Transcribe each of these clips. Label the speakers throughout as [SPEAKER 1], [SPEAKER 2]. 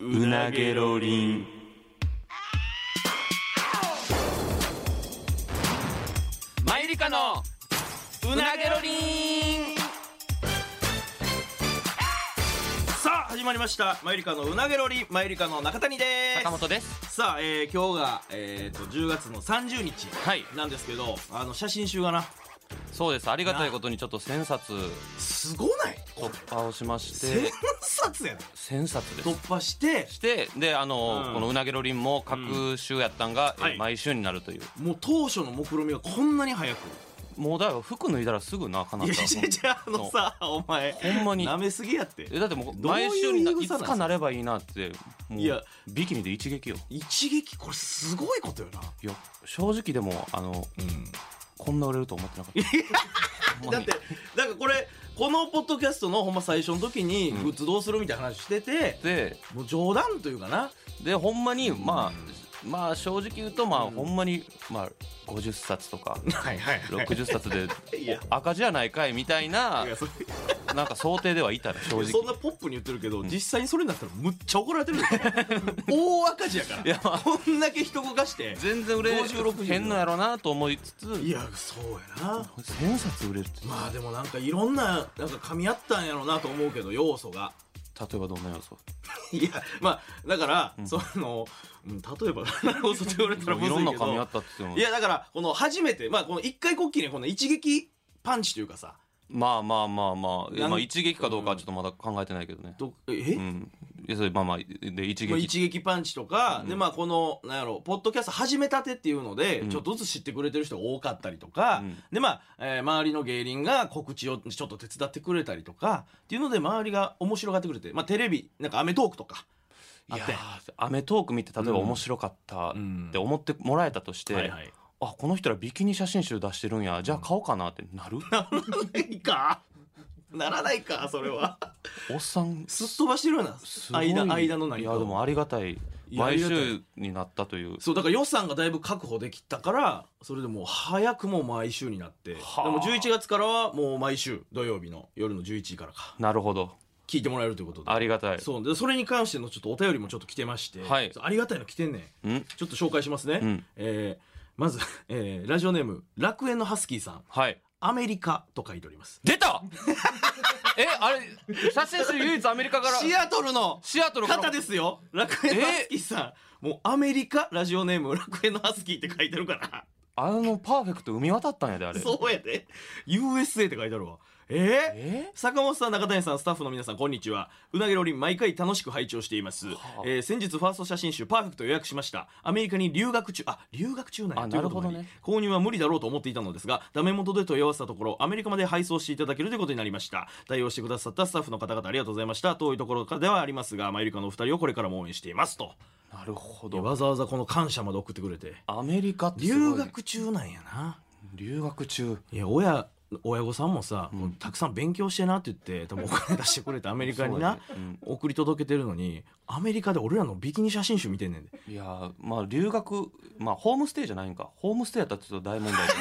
[SPEAKER 1] うなげろりん。マイリカのうなげろりん。
[SPEAKER 2] さあ始まりましたマユリカのうなげろりマユリカの中谷です
[SPEAKER 1] 坂本です。
[SPEAKER 2] さあ、えー、今日が、えー、と10月の30日
[SPEAKER 1] はい
[SPEAKER 2] なんですけど、あの写真集がな
[SPEAKER 1] そうです。ありがたいことにちょっと千冊
[SPEAKER 2] すごない
[SPEAKER 1] 突破をしまし
[SPEAKER 2] 千
[SPEAKER 1] て、
[SPEAKER 2] 冊やで
[SPEAKER 1] 千冊です
[SPEAKER 2] 突。破して
[SPEAKER 1] してであの、
[SPEAKER 2] うん
[SPEAKER 1] このうなげろりんも各週やったんが、
[SPEAKER 2] うんはい
[SPEAKER 1] えー毎週になるという
[SPEAKER 2] もう当初の目論みがこんなに早く
[SPEAKER 1] もうだから服脱いだらすぐなかない
[SPEAKER 2] や
[SPEAKER 1] た
[SPEAKER 2] いやいやあのさお前
[SPEAKER 1] ほんまに
[SPEAKER 2] 舐めすぎやって
[SPEAKER 1] えだってもう
[SPEAKER 2] どういう
[SPEAKER 1] 毎週にな
[SPEAKER 2] 理
[SPEAKER 1] い
[SPEAKER 2] 由さ
[SPEAKER 1] つかなればいいなってもう
[SPEAKER 2] いや
[SPEAKER 1] ビキニで一撃よ
[SPEAKER 2] 一撃これすごいことよな、
[SPEAKER 1] いや正直でもあのこんな売れると思ってなかったほんま
[SPEAKER 2] だっ
[SPEAKER 1] に
[SPEAKER 2] てなんかこれこのポッドキャストのほんま最初の時に
[SPEAKER 1] うん
[SPEAKER 2] グッズどうするみたいな話してて、
[SPEAKER 1] で
[SPEAKER 2] もう冗談というかな
[SPEAKER 1] でほんまにま
[SPEAKER 2] うん
[SPEAKER 1] あまあ正直言うとまあ
[SPEAKER 2] うん
[SPEAKER 1] ほんまにまあ50冊とか
[SPEAKER 2] はいはい、
[SPEAKER 1] 60冊で
[SPEAKER 2] いや
[SPEAKER 1] 赤字やないかいみたいない
[SPEAKER 2] やそれ
[SPEAKER 1] なんか想定ではいたら正
[SPEAKER 2] そん
[SPEAKER 1] 直
[SPEAKER 2] なポップに言ってるけど、実際にそれになったらむっちゃ怒られて るよ大赤字やから
[SPEAKER 1] いやまあ
[SPEAKER 2] こんだけ人動かして
[SPEAKER 1] 全然売れ
[SPEAKER 2] 50 60
[SPEAKER 1] へんのやろなと思いつつ
[SPEAKER 2] いやそうやな
[SPEAKER 1] 1000冊売れるって
[SPEAKER 2] まあでもなんかいろんななんか噛み合ったんやろうなと思うけど要素が
[SPEAKER 1] 例えばどんな要素
[SPEAKER 2] いやまあだから、
[SPEAKER 1] うん
[SPEAKER 2] その、うん、例えば要素って言われたらむ
[SPEAKER 1] い
[SPEAKER 2] ずい
[SPEAKER 1] ろ
[SPEAKER 2] け
[SPEAKER 1] んな
[SPEAKER 2] ど
[SPEAKER 1] 噛み合ったって言っても
[SPEAKER 2] いやだからこの初めてまあこの一回こっきりこの一撃パンチというかさ
[SPEAKER 1] まあまあまあまあいや、
[SPEAKER 2] なん
[SPEAKER 1] まあ、一撃かどうかはちょっとまだ考えてないけどね。
[SPEAKER 2] どえ、
[SPEAKER 1] うん、いやそれまあまあで一
[SPEAKER 2] まあ
[SPEAKER 1] 撃
[SPEAKER 2] 一撃パンチとか、
[SPEAKER 1] うん
[SPEAKER 2] でまあこのなんやろポッドキャスト始めたてっていうので、
[SPEAKER 1] うん
[SPEAKER 2] ちょっとずつ知ってくれてる人が多かったりとか、
[SPEAKER 1] うん
[SPEAKER 2] でまあ、えー周りの芸人が告知をちょっと手伝ってくれたりとかっていうので周りが面白がってくれて、まあ、テレビなんか『アメトーク』とかあ
[SPEAKER 1] いや
[SPEAKER 2] って。
[SPEAKER 1] ーアメトーク見て例えば面白かったっ
[SPEAKER 2] ん
[SPEAKER 1] て思ってもらえたとして、
[SPEAKER 2] はいはい
[SPEAKER 1] あこの人らビキニ写真集出してるんやじゃあ買おうかなって なる
[SPEAKER 2] ないか ならないかそれは
[SPEAKER 1] おっさん
[SPEAKER 2] すっ飛ばしてるような
[SPEAKER 1] すごい
[SPEAKER 2] 間間の何
[SPEAKER 1] い
[SPEAKER 2] か
[SPEAKER 1] やでもありがたい
[SPEAKER 2] いやあ
[SPEAKER 1] 毎
[SPEAKER 2] りがたい
[SPEAKER 1] 週になったという
[SPEAKER 2] そうだから予算がだいぶ確保できたからそれでもう早くも毎週になって、
[SPEAKER 1] はあ
[SPEAKER 2] でも11月からはもう毎週土曜日の夜の11時からか
[SPEAKER 1] なるほど
[SPEAKER 2] 聞いてもらえるということで
[SPEAKER 1] ありがたい
[SPEAKER 2] そうでそれに関してのちょっとお便りもちょっと来てまして、
[SPEAKER 1] はい
[SPEAKER 2] そうありがたいの来てんねん
[SPEAKER 1] うん
[SPEAKER 2] ちょっと紹介しますね、
[SPEAKER 1] うん
[SPEAKER 2] えーまず、えーラジオネーム楽園のハスキーさん
[SPEAKER 1] はい
[SPEAKER 2] アメリカと書いております
[SPEAKER 1] 出た えあれ写真集唯一アメリカから
[SPEAKER 2] シアトルの
[SPEAKER 1] シアトルから
[SPEAKER 2] 方ですよ楽園のハスキーさんもうアメリカラジオネーム楽園のハスキーって書いてるから
[SPEAKER 1] あのパーフェクト海渡ったんやであれ
[SPEAKER 2] そうやで USA って書いてあるわえー、
[SPEAKER 1] え
[SPEAKER 2] 坂本さん中谷さんスタッフの皆さんこんにちはうなげろりん毎回楽しく拝聴しています、
[SPEAKER 1] はあ
[SPEAKER 2] えー先日ファースト写真集パーフェクト予約しましたアメリカに留学中あ留学中なんや
[SPEAKER 1] あ
[SPEAKER 2] ということもあり
[SPEAKER 1] なる
[SPEAKER 2] 購入は無理だろうと思っていたのですがダメ元で問い合わせたところアメリカまで配送していただけるということになりました対応してくださったスタッフの方々ありがとうございました遠いところからではありますがマユリカのお二人をこれからも応援していますと
[SPEAKER 1] なるほど
[SPEAKER 2] わざわざこの感謝まで送ってくれて
[SPEAKER 1] アメリカってすごいね
[SPEAKER 2] 留学中なんやな
[SPEAKER 1] 留学中
[SPEAKER 2] いや親親御さんもさ、もうたくさん勉強してなって言って多分お金出してくれてアメリカに な、
[SPEAKER 1] そうだね
[SPEAKER 2] 送り届けてるのにアメリカで俺らのビキニ写真集見てんねんで
[SPEAKER 1] いやーまあ留学まあホームステイじゃないんかホームステイやったらちょっと大問題だね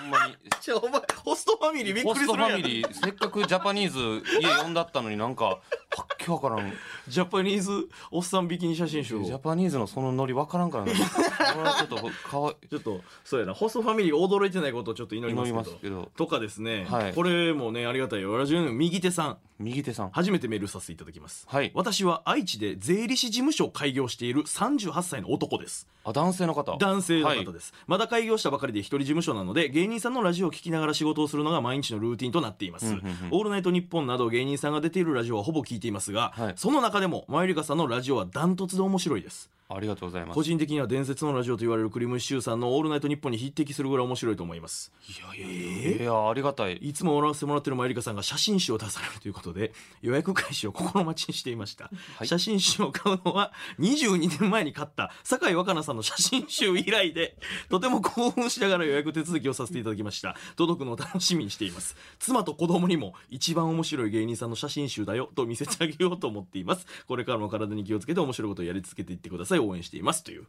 [SPEAKER 1] ほんまに
[SPEAKER 2] ちょお前ホストファミリー びっ
[SPEAKER 1] ホ
[SPEAKER 2] くりす
[SPEAKER 1] スト
[SPEAKER 2] る
[SPEAKER 1] フ
[SPEAKER 2] や
[SPEAKER 1] ァミ
[SPEAKER 2] ん
[SPEAKER 1] リーせっかくジャパニーズ家呼んだったのになんかはっきわからん
[SPEAKER 2] ジャパニーズおっさんビキニ写真
[SPEAKER 1] ジ
[SPEAKER 2] 集を
[SPEAKER 1] ャパニーズのそのノリわからんからなこれはちょっとかわい
[SPEAKER 2] ちょっとそうやなホストファミリーが驚いてないことをちょっと祈り
[SPEAKER 1] 祈
[SPEAKER 2] ま
[SPEAKER 1] り
[SPEAKER 2] すけ
[SPEAKER 1] ま
[SPEAKER 2] ど
[SPEAKER 1] すけど
[SPEAKER 2] とかですね、
[SPEAKER 1] はい
[SPEAKER 2] これもねありがたいよラジオネーム右手さん
[SPEAKER 1] 右手さん
[SPEAKER 2] 初めてメールさせていただきます
[SPEAKER 1] はい
[SPEAKER 2] 私は愛知で税理士事務所を開業している38歳の男です
[SPEAKER 1] あ男性の方
[SPEAKER 2] 男性の
[SPEAKER 1] はい
[SPEAKER 2] 方です、まだ開業したばかりで一人事務所なので芸人さんのラジオを聞きながら仕事をするのが毎日のルーティンとなっています、
[SPEAKER 1] うんうんうん
[SPEAKER 2] オールナイトニッポンなど芸人さんが出ているラジオはほぼ聞いていますが、
[SPEAKER 1] はい
[SPEAKER 2] その中でもマユリカさんのラジオはダントツで面白いです
[SPEAKER 1] ありがとうございます
[SPEAKER 2] 個人的には伝説のラジオと言われるクリムシチューさんの「オールナイトニッポン」に匹敵するぐらい面白いと思います
[SPEAKER 1] いやいやいやいやありがたい
[SPEAKER 2] いつも笑わせてもらってるマユリカさんが写真集を出されるということで予約開始を心待ちにしていました、
[SPEAKER 1] はい
[SPEAKER 2] 写真集を買うのは22年前に買った酒井若菜さんの写真集以来でとても興奮しながら予約手続きをさせていただきました届くのを楽しみにしています妻と子供にも一番面白い芸人さんの写真集だよと見せてあげようと思っていますこれからも体に気をつけて面白いことをやり続けていってください応援していますという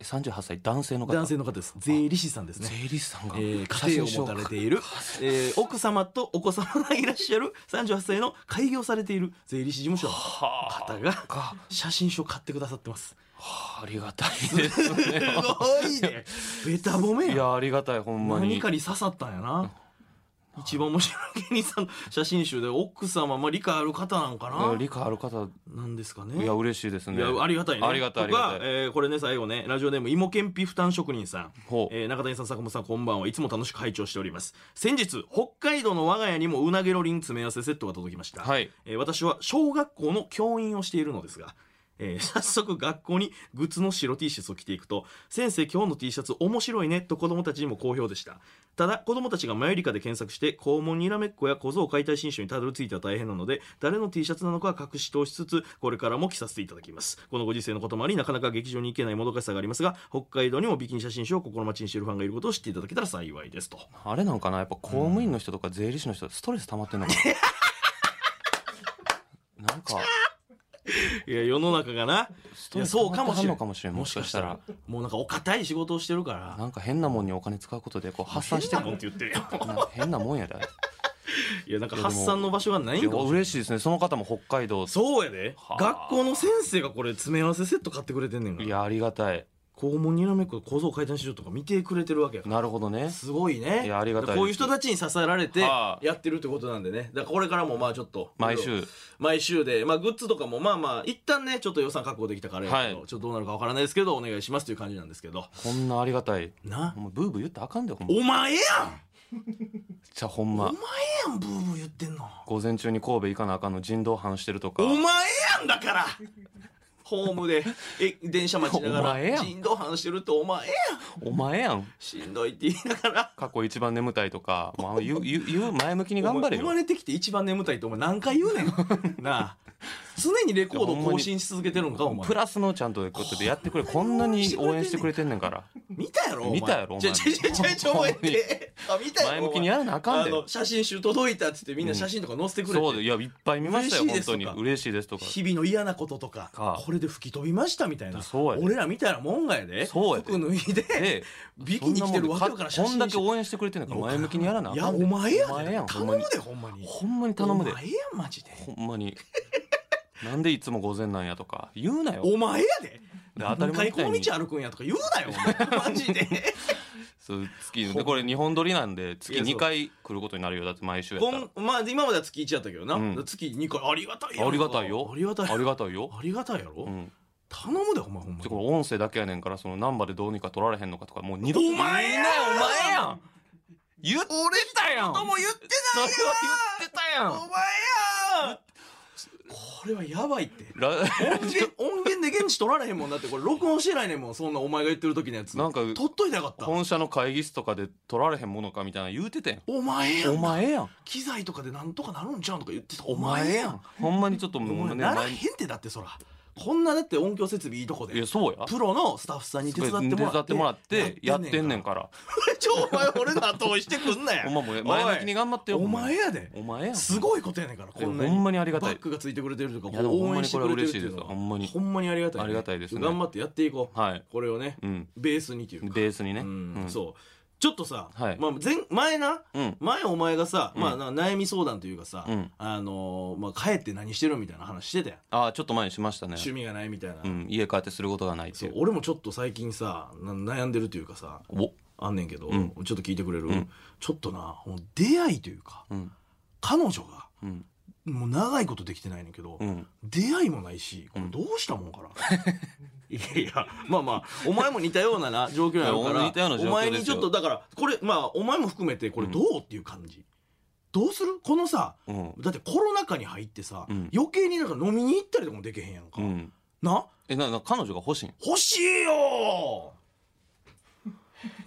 [SPEAKER 1] 38歳男性の方
[SPEAKER 2] 男性の方です税理士さんですね
[SPEAKER 1] 税理士さんが、
[SPEAKER 2] えー家庭を持たれている、えー奥様とお子様がいらっしゃる38歳の開業されている税理士事務所の
[SPEAKER 1] は
[SPEAKER 2] 方が
[SPEAKER 1] あが
[SPEAKER 2] 写真集を買ってくださってます
[SPEAKER 1] はあありがたいです
[SPEAKER 2] す
[SPEAKER 1] ね
[SPEAKER 2] ごいね ベタ褒め
[SPEAKER 1] い
[SPEAKER 2] や
[SPEAKER 1] やありがたいほんまに
[SPEAKER 2] 何かに刺さったんやな一番面白い芸人さんの 写真集で奥様、まあ、理解ある方なんか
[SPEAKER 1] いや
[SPEAKER 2] な
[SPEAKER 1] 理解ある方
[SPEAKER 2] なんですかね
[SPEAKER 1] いや嬉しいです
[SPEAKER 2] い
[SPEAKER 1] ね
[SPEAKER 2] やありがたいね
[SPEAKER 1] ありがたいありが
[SPEAKER 2] とか
[SPEAKER 1] たい
[SPEAKER 2] えーこれね最後ねラジオネーム芋けんぴ負担職人さん
[SPEAKER 1] ほう
[SPEAKER 2] えー中谷さん坂本さんこんばんはいつも楽しく拝聴しております先日北海道の我が家にもうなげろりん詰め合わせセットが届きました、
[SPEAKER 1] はい
[SPEAKER 2] えー私は小学校の教員をしているのですが、えー 早速学校にグッズの白 T シャツを着ていくと「先生今日の T シャツ面白いね」と子供たちにも好評でしたただ子供たちがマユリカで検索して肛門にらめっこや小僧解体新書にたどり着いては大変なので誰の T シャツなのかは隠し通しつつこれからも着させていただきますこのご時世のこともありなかなか劇場に行けないもどかしさがありますが北海道にもビキニ写真集を心待ちにしているファンがいることを知っていただけたら幸いですと
[SPEAKER 1] あれなんかなやっぱ公務員の人とか税理士の人ストレス溜まってんのかな なんか
[SPEAKER 2] いや世の中がな
[SPEAKER 1] ス
[SPEAKER 2] い
[SPEAKER 1] ト
[SPEAKER 2] や
[SPEAKER 1] レス溜
[SPEAKER 2] そう
[SPEAKER 1] ま
[SPEAKER 2] か
[SPEAKER 1] って
[SPEAKER 2] もし
[SPEAKER 1] は
[SPEAKER 2] れ
[SPEAKER 1] んの
[SPEAKER 2] ん
[SPEAKER 1] かもしれんもしかしたら
[SPEAKER 2] もうなんかお堅い仕事をしてるから
[SPEAKER 1] なんか変なもんにお金使うことでこう発散して
[SPEAKER 2] 変なも
[SPEAKER 1] る
[SPEAKER 2] んって言ってるよ
[SPEAKER 1] なんか変なもんやであれ
[SPEAKER 2] いやなんか発散の場所がない
[SPEAKER 1] い
[SPEAKER 2] ん
[SPEAKER 1] や
[SPEAKER 2] かもしれん
[SPEAKER 1] 嬉しいですねその方も北海道
[SPEAKER 2] そうやで
[SPEAKER 1] はあ
[SPEAKER 2] 学校の先生がこれ詰め合わせセット買ってくれてんねんか
[SPEAKER 1] い
[SPEAKER 2] ら
[SPEAKER 1] やありがたい
[SPEAKER 2] 肛門にらめっこ小僧解体しようとか見てくれてるわけやから
[SPEAKER 1] なるほどね
[SPEAKER 2] すごいね
[SPEAKER 1] いやありがたいです
[SPEAKER 2] こういう人たちに支えられてや
[SPEAKER 1] はあ
[SPEAKER 2] ってるってことなんでねだからこれからもまあちょっと
[SPEAKER 1] 毎週
[SPEAKER 2] 毎週で、まあ、グッズとかもまあまあ一旦ねちょっと予算確保できたからやけど、
[SPEAKER 1] はい
[SPEAKER 2] ちょっとどうなるかわからないですけどお願いしますという感じなんですけど
[SPEAKER 1] こんなありがたい
[SPEAKER 2] な
[SPEAKER 1] もうブーブー言ったらあかんでほんま
[SPEAKER 2] お前や
[SPEAKER 1] じゃあほ
[SPEAKER 2] んお
[SPEAKER 1] んま
[SPEAKER 2] 前やんブーブー言ってんの
[SPEAKER 1] 午前中に神戸行かなあかんの人道反してるとか
[SPEAKER 2] お前やんだ からホームでえ電車待ちなが
[SPEAKER 1] お前
[SPEAKER 2] ら
[SPEAKER 1] やん
[SPEAKER 2] 人道反してるってお前やん
[SPEAKER 1] お前やん
[SPEAKER 2] しんどいって言いながら
[SPEAKER 1] 過去一番眠たい とかもうあの言う言う言う前向きに頑張れ
[SPEAKER 2] お前生ま
[SPEAKER 1] よ
[SPEAKER 2] れてきて一番眠たいってお前何回言うねん なあ常にレコードを更新し続けてるのかお前
[SPEAKER 1] プラスのちゃんとこうやってやってくれこんなに応援してくれてんねんから
[SPEAKER 2] 見たやろお前
[SPEAKER 1] 見たやろお前
[SPEAKER 2] ちょちょちょちょちょお前ってあ見たやろ
[SPEAKER 1] 前向きに
[SPEAKER 2] や
[SPEAKER 1] やらなあかん
[SPEAKER 2] あ
[SPEAKER 1] で
[SPEAKER 2] の写真集届いたっつってみんな写真とか載せてくれて、
[SPEAKER 1] そうでいやいっぱい見ましたよ
[SPEAKER 2] 嬉しい
[SPEAKER 1] 本
[SPEAKER 2] ですと
[SPEAKER 1] 当
[SPEAKER 2] か
[SPEAKER 1] に嬉しいですとか
[SPEAKER 2] 日々の嫌なこととか
[SPEAKER 1] か
[SPEAKER 2] これで吹き飛びましたみたいな
[SPEAKER 1] そうやで
[SPEAKER 2] 俺らみたいなもんがやで
[SPEAKER 1] そうやで
[SPEAKER 2] 服脱いで
[SPEAKER 1] で
[SPEAKER 2] ビキニ着てるわけやから写
[SPEAKER 1] こん
[SPEAKER 2] 真
[SPEAKER 1] だけ応援してくれてんねんから前向きにやらなあ
[SPEAKER 2] いや
[SPEAKER 1] かん
[SPEAKER 2] お
[SPEAKER 1] で
[SPEAKER 2] 前やで
[SPEAKER 1] お前やんほ
[SPEAKER 2] 頼
[SPEAKER 1] ん
[SPEAKER 2] む
[SPEAKER 1] まに
[SPEAKER 2] でほんまに
[SPEAKER 1] ほんまに頼むで
[SPEAKER 2] お前やんマジで
[SPEAKER 1] ほんまになんでいつも午前なんやとか言うなよ
[SPEAKER 2] お前やで
[SPEAKER 1] で当た
[SPEAKER 2] 何
[SPEAKER 1] り前
[SPEAKER 2] 回
[SPEAKER 1] み
[SPEAKER 2] こ
[SPEAKER 1] たい
[SPEAKER 2] の
[SPEAKER 1] に
[SPEAKER 2] 道歩くんやとか言うなよお 前マジで
[SPEAKER 1] そう月でこれ日本撮りなんで
[SPEAKER 2] い
[SPEAKER 1] 月
[SPEAKER 2] やそう
[SPEAKER 1] 2回来ることになるよだって毎週やっ
[SPEAKER 2] こ
[SPEAKER 1] たら
[SPEAKER 2] んまあ今までは月1やったけどな、
[SPEAKER 1] うん
[SPEAKER 2] 月2回ありがたいやんか
[SPEAKER 1] ありがたいよ
[SPEAKER 2] ありがたい
[SPEAKER 1] ありがたいよ
[SPEAKER 2] ありがたいやろ、
[SPEAKER 1] うん
[SPEAKER 2] 頼むでお前ほんまに
[SPEAKER 1] てか音声だけやねんからそのナンバーでどうにか取られへんのかとかもう二度と
[SPEAKER 2] お前やん
[SPEAKER 1] 言うなよお前やん言ってたやん
[SPEAKER 2] とも言って
[SPEAKER 1] それ
[SPEAKER 2] ない
[SPEAKER 1] は
[SPEAKER 2] よ
[SPEAKER 1] 言ってたや
[SPEAKER 2] お
[SPEAKER 1] ん
[SPEAKER 2] 前やんこれはやばいって
[SPEAKER 1] ラ
[SPEAKER 2] 音源音源で現地取られへんもんだってこれ録音してないねんもんそんなお前が言ってる時のやつ
[SPEAKER 1] なんか
[SPEAKER 2] 取っといたかった
[SPEAKER 1] 本社の会議室とかで取られへんものかみたいなの言うてたやん
[SPEAKER 2] お前や
[SPEAKER 1] お
[SPEAKER 2] ん
[SPEAKER 1] 前やん
[SPEAKER 2] 機材とかでなんとかなるんちゃうんとか言ってたお前やん
[SPEAKER 1] ほんまにちょっと
[SPEAKER 2] お
[SPEAKER 1] もう
[SPEAKER 2] 前
[SPEAKER 1] ね
[SPEAKER 2] なら
[SPEAKER 1] 前
[SPEAKER 2] へん
[SPEAKER 1] に
[SPEAKER 2] ってだってそらこんなだって音響設備いいとこ
[SPEAKER 1] い
[SPEAKER 2] で
[SPEAKER 1] やそうや
[SPEAKER 2] プロのスタッフさんに手伝ってもらって
[SPEAKER 1] 手伝ってやってんねん
[SPEAKER 2] か
[SPEAKER 1] から
[SPEAKER 2] ら ちょお前俺の後追いしてくん な
[SPEAKER 1] ほ
[SPEAKER 2] よ
[SPEAKER 1] んまもう前向きに頑張ってよ
[SPEAKER 2] お前やで
[SPEAKER 1] お前やん
[SPEAKER 2] すごいことやねんからこんなに
[SPEAKER 1] ほんまにありがたい
[SPEAKER 2] バックがついてくれてるとか
[SPEAKER 1] いやでも
[SPEAKER 2] 応援してくれてるっていうのは
[SPEAKER 1] ほんまにこ
[SPEAKER 2] ほんまにありがたいね
[SPEAKER 1] ありがたいですね
[SPEAKER 2] 頑張ってやっていこう
[SPEAKER 1] はい
[SPEAKER 2] これをね
[SPEAKER 1] うん
[SPEAKER 2] ベースにというか
[SPEAKER 1] ベースにね
[SPEAKER 2] うん
[SPEAKER 1] うん
[SPEAKER 2] そうちょっとさ
[SPEAKER 1] はい
[SPEAKER 2] まあ前前な
[SPEAKER 1] うん
[SPEAKER 2] 前お前がさ
[SPEAKER 1] うん
[SPEAKER 2] まあな悩み相談というかさ
[SPEAKER 1] うん
[SPEAKER 2] あのーまあ帰って何してるみたいな話してたやん
[SPEAKER 1] ああちょっと前にしましたね
[SPEAKER 2] 趣味がないみたいな
[SPEAKER 1] うん家帰ってすることがないって
[SPEAKER 2] そ
[SPEAKER 1] いうう
[SPEAKER 2] 俺もちょっと最近さな悩んでるというかさ
[SPEAKER 1] お
[SPEAKER 2] あんねんけど
[SPEAKER 1] うん
[SPEAKER 2] ちょっと聞いてくれる
[SPEAKER 1] うん
[SPEAKER 2] ちょっとなもう出会いというか
[SPEAKER 1] うん
[SPEAKER 2] 彼女が
[SPEAKER 1] うん
[SPEAKER 2] もう長いことできてないねんけど
[SPEAKER 1] うん
[SPEAKER 2] 出会いもないしこれ
[SPEAKER 1] うん
[SPEAKER 2] どうしたもんかな、 いやいやまあまあお前も似たような な状況やろうか
[SPEAKER 1] いや俺
[SPEAKER 2] ら
[SPEAKER 1] も似たような状況
[SPEAKER 2] お前に
[SPEAKER 1] です
[SPEAKER 2] ち
[SPEAKER 1] よ
[SPEAKER 2] ょっとだからこれまあお前も含めてこれどうっていう感じ、どうするこのさ
[SPEAKER 1] うん
[SPEAKER 2] だってコロナ禍に入ってさ、
[SPEAKER 1] うん
[SPEAKER 2] 余計になんか飲みに行ったりとかもできへんやんか、
[SPEAKER 1] うん
[SPEAKER 2] な
[SPEAKER 1] えなな彼女が欲しいん
[SPEAKER 2] 欲しいよ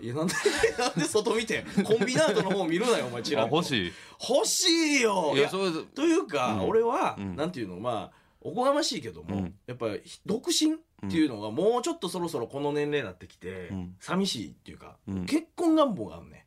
[SPEAKER 2] いやなんで なんで外見てんコンビナートの方見るなよお前ちら
[SPEAKER 1] あ
[SPEAKER 2] っと
[SPEAKER 1] 欲
[SPEAKER 2] い
[SPEAKER 1] しい
[SPEAKER 2] 欲しいよ
[SPEAKER 1] いやそうです
[SPEAKER 2] というか、
[SPEAKER 1] うん
[SPEAKER 2] 俺は、
[SPEAKER 1] うん
[SPEAKER 2] なんていうのまあおこがましいけども、
[SPEAKER 1] うん
[SPEAKER 2] やっぱり独身っていうのがもうちょっとそろそろこの年齢になってきて、
[SPEAKER 1] うん
[SPEAKER 2] 寂しいっていうか、
[SPEAKER 1] うん
[SPEAKER 2] 結婚願望があんね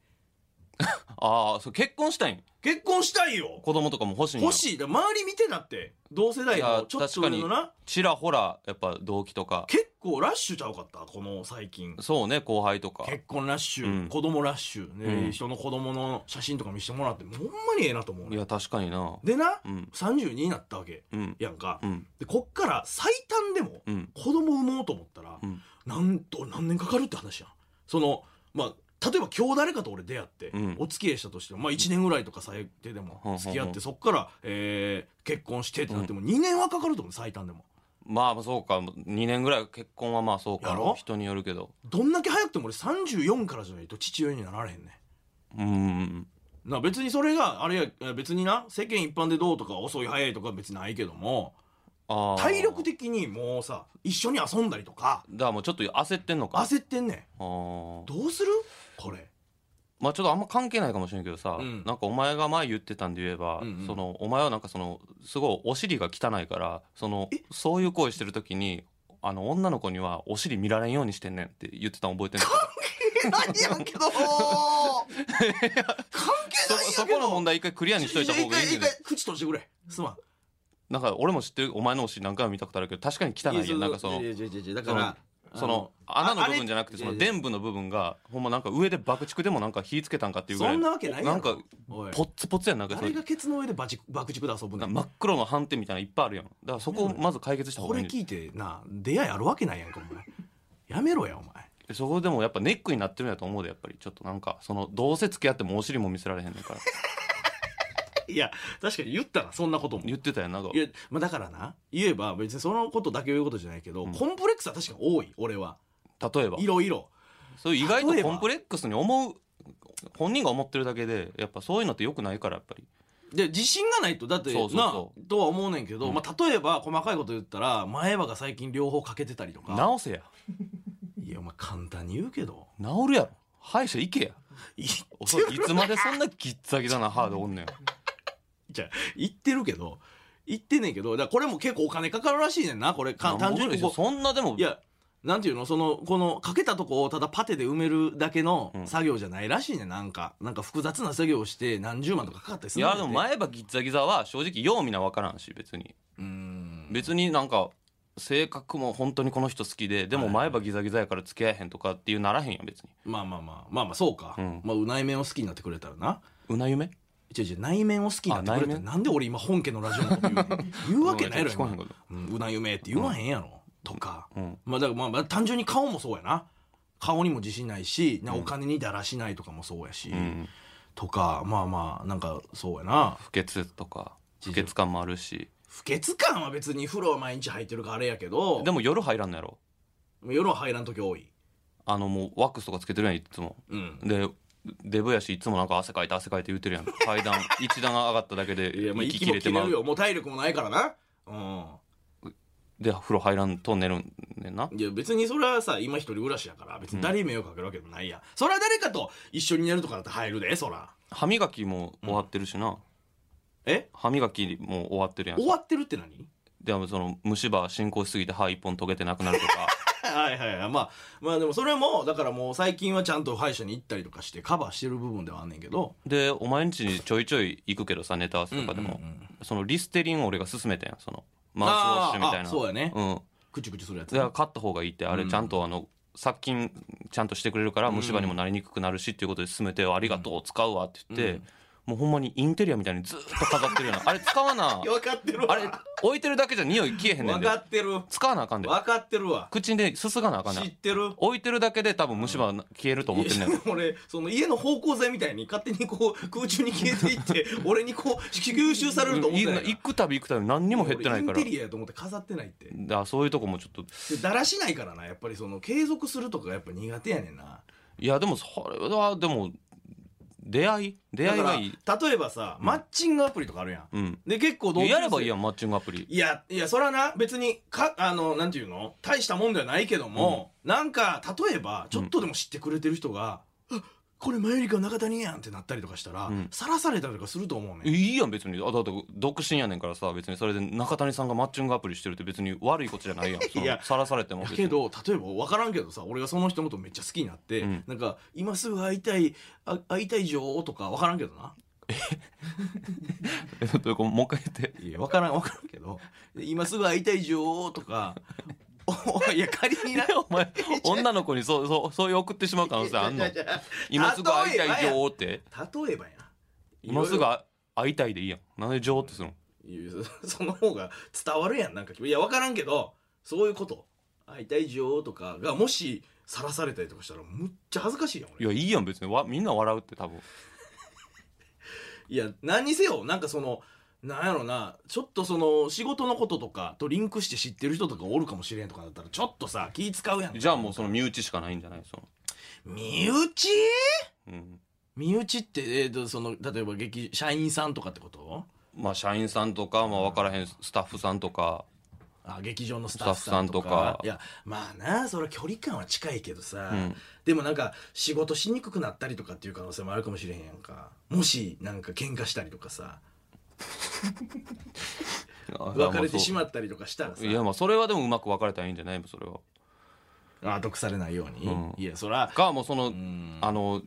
[SPEAKER 1] ああそう結婚したいん
[SPEAKER 2] 結婚したいよ
[SPEAKER 1] 子供とかも欲しいんや
[SPEAKER 2] 欲しいだから周り見てだって同世代
[SPEAKER 1] いや
[SPEAKER 2] のちょっと上の
[SPEAKER 1] 確
[SPEAKER 2] な
[SPEAKER 1] ちらほらやっぱ動機とか
[SPEAKER 2] 結構ラッシュちゃうかったこの最近
[SPEAKER 1] そうね後輩とか
[SPEAKER 2] 結婚ラッシュ、
[SPEAKER 1] うん
[SPEAKER 2] 子供ラッシュ、ね
[SPEAKER 1] うん
[SPEAKER 2] 人の子供の写真とか見せてもらってほんまにええなと思う
[SPEAKER 1] い
[SPEAKER 2] ね
[SPEAKER 1] や確かにな
[SPEAKER 2] でな
[SPEAKER 1] うん
[SPEAKER 2] 32になったわけ
[SPEAKER 1] うん
[SPEAKER 2] やんか、
[SPEAKER 1] うん
[SPEAKER 2] でこっから最短でも
[SPEAKER 1] うん
[SPEAKER 2] 子供産もうと思ったら、
[SPEAKER 1] うん
[SPEAKER 2] なんと何年かかるって話やんそのまあ例えば今日誰かと俺出会って、
[SPEAKER 1] うん
[SPEAKER 2] お付き合いしたとしても、まあ、1年ぐらいとか最低で
[SPEAKER 1] うん
[SPEAKER 2] も付き合って、そっから、えー結婚してってなっても2年はかかると思う最短でも
[SPEAKER 1] まあそうか2年ぐらい結婚はまあそう
[SPEAKER 2] や
[SPEAKER 1] か
[SPEAKER 2] ろ
[SPEAKER 1] 人によるけど
[SPEAKER 2] どんだけ早くても俺34からじゃないと父親になられへんねん
[SPEAKER 1] うんうん
[SPEAKER 2] な別にそれがあれや別にな世間一般でどうとか遅い早いとかは別にないけども
[SPEAKER 1] あー
[SPEAKER 2] 体力的にもうさ一緒に遊んだりとか
[SPEAKER 1] だからもうちょっと焦ってんのか
[SPEAKER 2] 焦ってんね
[SPEAKER 1] あー
[SPEAKER 2] んどうするこ れ
[SPEAKER 1] まあちょっとあんま関係ないかもしれんけどさ、
[SPEAKER 2] うん
[SPEAKER 1] なんかお前が前言ってたんで言えば、
[SPEAKER 2] うんうん
[SPEAKER 1] そのお前はなんかそのすごいお尻が汚いからその
[SPEAKER 2] え
[SPEAKER 1] そういう行為してる時にあの女の子にはお尻見られんようにしてんねんって言ってたの覚えてんの
[SPEAKER 2] ないやんけど 関係ないやんけ
[SPEAKER 1] そ
[SPEAKER 2] ど
[SPEAKER 1] そこの問題一回クリアにしといた方がいいんじゃな
[SPEAKER 2] 一
[SPEAKER 1] い
[SPEAKER 2] 回一回口閉じてくれすまん
[SPEAKER 1] なんか俺も知ってるお前のお尻何回も見たことあるけど確かに汚いやんなんかその
[SPEAKER 2] いやいやいやいやだから
[SPEAKER 1] その穴の部分じゃなくてその
[SPEAKER 2] 電
[SPEAKER 1] 臀部の部分がほんまなんか上で爆竹でもなんか火つけたんかっていうぐら
[SPEAKER 2] そ
[SPEAKER 1] い
[SPEAKER 2] んなわけないやろ
[SPEAKER 1] なんか
[SPEAKER 2] おい
[SPEAKER 1] ポッツポツやんなんかそ
[SPEAKER 2] 誰
[SPEAKER 1] れ
[SPEAKER 2] がケツの上でバチ爆竹で遊ぶねん
[SPEAKER 1] 真っ黒の斑点みたいなのいっぱいあるやんだからそこをまず解決した方
[SPEAKER 2] こ
[SPEAKER 1] が
[SPEAKER 2] れ
[SPEAKER 1] いいんじゃない
[SPEAKER 2] 聞いてな出会いあるわけないやんかお前やめろやお前
[SPEAKER 1] そこでもやっぱネックになってるんやと思うでやっぱりちょっとなんかそのどうせ付き合ってもお尻も見せられへんねんから
[SPEAKER 2] いや確かに言ったなそんなことも
[SPEAKER 1] 言ってたやんなんか
[SPEAKER 2] いや、まあ、だからな言えば別にそのことだけを言うことじゃないけど、
[SPEAKER 1] うん
[SPEAKER 2] コンプレックスは確かに多い俺は
[SPEAKER 1] 例えば
[SPEAKER 2] いろいろ
[SPEAKER 1] そういう意外
[SPEAKER 2] 例え
[SPEAKER 1] と
[SPEAKER 2] ば
[SPEAKER 1] コンプレックスに思う本人が思ってるだけでやっぱそういうのって良くないからやっぱり
[SPEAKER 2] で自信がないとだって
[SPEAKER 1] そうそうそう
[SPEAKER 2] なとは思うねんけど、
[SPEAKER 1] うん
[SPEAKER 2] まあ、例えば細かいこと言ったら前歯が最近両方欠けてたりとか
[SPEAKER 1] 直せや
[SPEAKER 2] いやお前簡単に言うけど
[SPEAKER 1] 治るやろ歯医者行けや
[SPEAKER 2] い
[SPEAKER 1] おそ いつまでそんなギッザギザな歯でおんねん
[SPEAKER 2] 言ってるけど言ってんねんけどだからこれも結構お金かかるらしいねんなこれ か単純にこう
[SPEAKER 1] そんなでも
[SPEAKER 2] いやなんていうのそのこのかけたとこをただパテで埋めるだけの
[SPEAKER 1] うん
[SPEAKER 2] 作業じゃないらしいねなんかなんか複雑な作業をして何十万とかかかったりす
[SPEAKER 1] い
[SPEAKER 2] るんだっ
[SPEAKER 1] や
[SPEAKER 2] て
[SPEAKER 1] でも前歯ギッザギザは正直ようみんな分からんし別に
[SPEAKER 2] うーん
[SPEAKER 1] 別になんか性格も本当にこの人好きででも前歯ギザギザやから付き合えへんとかっていうならへんやん別に
[SPEAKER 2] まあまあまあまあまあそうか、
[SPEAKER 1] うん
[SPEAKER 2] まあ内面を好きになってくれたらな
[SPEAKER 1] うなゆめ
[SPEAKER 2] 違う違う内面を好きになってくれた
[SPEAKER 1] あ内
[SPEAKER 2] ら
[SPEAKER 1] 面
[SPEAKER 2] なんで俺今本家のラジオのこと 言うねん言うわけないやろ
[SPEAKER 1] 聞こえへん
[SPEAKER 2] 今
[SPEAKER 1] かった
[SPEAKER 2] うんうなゆめって言わへんやろ、とか
[SPEAKER 1] うん
[SPEAKER 2] まあだからまあまあ単純に顔もそうやな顔にも自信ないしな
[SPEAKER 1] うん
[SPEAKER 2] お金にだらしないとかもそうやし、
[SPEAKER 1] うん
[SPEAKER 2] とかまあまあなんかそうやな
[SPEAKER 1] 不潔とか不潔感もあるし
[SPEAKER 2] 不潔感は別に風呂は毎日入ってるからあれやけど
[SPEAKER 1] でも夜入らんのやろ
[SPEAKER 2] 夜は入らん時多い
[SPEAKER 1] あのもうワックスとかつけてるやんいつも
[SPEAKER 2] うん
[SPEAKER 1] でデブやしいつもなんか汗かいて汗かいて言う てるやん階段一段上がっただけで
[SPEAKER 2] いやまあ
[SPEAKER 1] 息
[SPEAKER 2] 息
[SPEAKER 1] 切
[SPEAKER 2] 切
[SPEAKER 1] れ
[SPEAKER 2] れ
[SPEAKER 1] て
[SPEAKER 2] て
[SPEAKER 1] ま
[SPEAKER 2] まう
[SPEAKER 1] う
[SPEAKER 2] よもう体力もないからなう
[SPEAKER 1] で風呂入らんと寝るんねんなん
[SPEAKER 2] いや別にそれはさ今一人暮らしやから別に誰に迷惑かけるわけでもないや、それは誰かと一緒に寝るとかだって入るでそら
[SPEAKER 1] 歯磨きも終わってるしな
[SPEAKER 2] え
[SPEAKER 1] 歯磨きも終わってるやん
[SPEAKER 2] 終わってるって何
[SPEAKER 1] でもその虫歯進行しすぎて歯一本溶けてなくなる とか
[SPEAKER 2] はいはいはいまあまあでもそれもだからもう最近はちゃんと歯医者に行ったりとかしてカバーしてる部分ではあんねんけど
[SPEAKER 1] でお前んちにちょいちょい行くけどさネタ合わせとかでも、
[SPEAKER 2] うんうんうん
[SPEAKER 1] そのリステリンを俺が勧めたやんそのマウスウォッシュみたい
[SPEAKER 2] あーあ
[SPEAKER 1] な
[SPEAKER 2] そうやね
[SPEAKER 1] うん
[SPEAKER 2] クチュクチュするやつ
[SPEAKER 1] だから買った方がいいってあれ
[SPEAKER 2] うん
[SPEAKER 1] ちゃんとあの殺菌ちゃんとしてくれるから虫歯にもなりにくくなるしっていうことで進めて「ありがとう使うわ」って言って、
[SPEAKER 2] うん
[SPEAKER 1] もうほんまにインテリアみたいにずーっと飾ってるようなあれ使わない
[SPEAKER 2] や分かってるわ
[SPEAKER 1] あれ置いてるだけじゃ匂い消えへんねん
[SPEAKER 2] 分
[SPEAKER 1] で
[SPEAKER 2] かってる
[SPEAKER 1] 使わなあかんで
[SPEAKER 2] 分かってるわ
[SPEAKER 1] 口ですすがなあかん
[SPEAKER 2] 知っ
[SPEAKER 1] ね
[SPEAKER 2] てる
[SPEAKER 1] 置いてるだけで多分虫歯は消えると思ってんねん
[SPEAKER 2] いや俺その家の芳香剤みたいに勝手にこう空中に消えていって 俺にこう吸収されると思ってないから
[SPEAKER 1] 行くたび行くたび何にも減ってないから
[SPEAKER 2] 俺インテリアやと思って飾ってないってで
[SPEAKER 1] だからそういうとこもちょっと
[SPEAKER 2] だらしないからなやっぱりその継続するとかがやっぱ苦手やねんない
[SPEAKER 1] やでもそれはでも出会い出
[SPEAKER 2] だ
[SPEAKER 1] 会い
[SPEAKER 2] か
[SPEAKER 1] がいい
[SPEAKER 2] ら例えばさ、マッチングアプリとかあるやん
[SPEAKER 1] うん
[SPEAKER 2] で結構同級生
[SPEAKER 1] やればいいやんマッチングアプリ
[SPEAKER 2] いやいやそれはな別にかあのなんていうの大したもんではないけども、なんか例えばちょっとでも知ってくれてる人が「あこれマユリカ中谷やん」ってなったりとかしたら
[SPEAKER 1] うん
[SPEAKER 2] さら、晒されたりとかすると思うねん
[SPEAKER 1] いいやん別にあだって独身やねんからさ別にそれで中谷さんがマッチングアプリしてるって別に悪いことじゃないやん その
[SPEAKER 2] いや
[SPEAKER 1] さらされても
[SPEAKER 2] や
[SPEAKER 1] 別
[SPEAKER 2] け
[SPEAKER 1] に
[SPEAKER 2] ど例えば分からんけどさ俺がその人のことめっちゃ好きになって、
[SPEAKER 1] うん
[SPEAKER 2] なんか「今すぐ会いたいあ会いたい女王」とか分からんけどな
[SPEAKER 1] えどういうこともう一回言って
[SPEAKER 2] いや分からん分からんけど「今すぐ会いたい女王」とかおいや仮にな
[SPEAKER 1] お前女の子にそうそうそういう送ってし まう可能性あんの
[SPEAKER 2] いやいやいや
[SPEAKER 1] 今すぐ会いたい情って
[SPEAKER 2] 例えばや
[SPEAKER 1] 今すぐ会いたいでいいやんなんで情ってするの
[SPEAKER 2] いや その方が伝わるやんなんかいや分からんけどそういうこと会いたい情とかがもしさらされたりとかしたらむっちゃ恥ずかしいやん
[SPEAKER 1] い
[SPEAKER 2] 俺
[SPEAKER 1] やいいやん別にわみんな笑うって多分
[SPEAKER 2] いや何にせよなんかそのなんやろなちょっとその仕事のこととかとリンクして知ってる人とかおるかもしれんとかだったらちょっとさ気使うやん
[SPEAKER 1] じゃあもうその身内しかないんじゃないその
[SPEAKER 2] 身内
[SPEAKER 1] うん
[SPEAKER 2] 身内って、えー、とその例えば劇社員さんとかってこと
[SPEAKER 1] まあ社員さんとか、まあ、分からへんスタッフさんとか
[SPEAKER 2] あ劇場のスタッフさんとか
[SPEAKER 1] スタッフさんとか
[SPEAKER 2] いやまあなそれは距離感は近いけどさ、
[SPEAKER 1] うん
[SPEAKER 2] でもなんか仕事しにくくなったりとかっていう可能性もあるかもしれへんやんかもしなんか喧嘩したりとかさ別れてし
[SPEAKER 1] ま
[SPEAKER 2] まったりとかしたらさ
[SPEAKER 1] いやまあそれはでもうまく別れたらいいんじゃないそれは
[SPEAKER 2] あ毒されないように、
[SPEAKER 1] うん
[SPEAKER 2] いやそら
[SPEAKER 1] かもうその、
[SPEAKER 2] ん
[SPEAKER 1] あの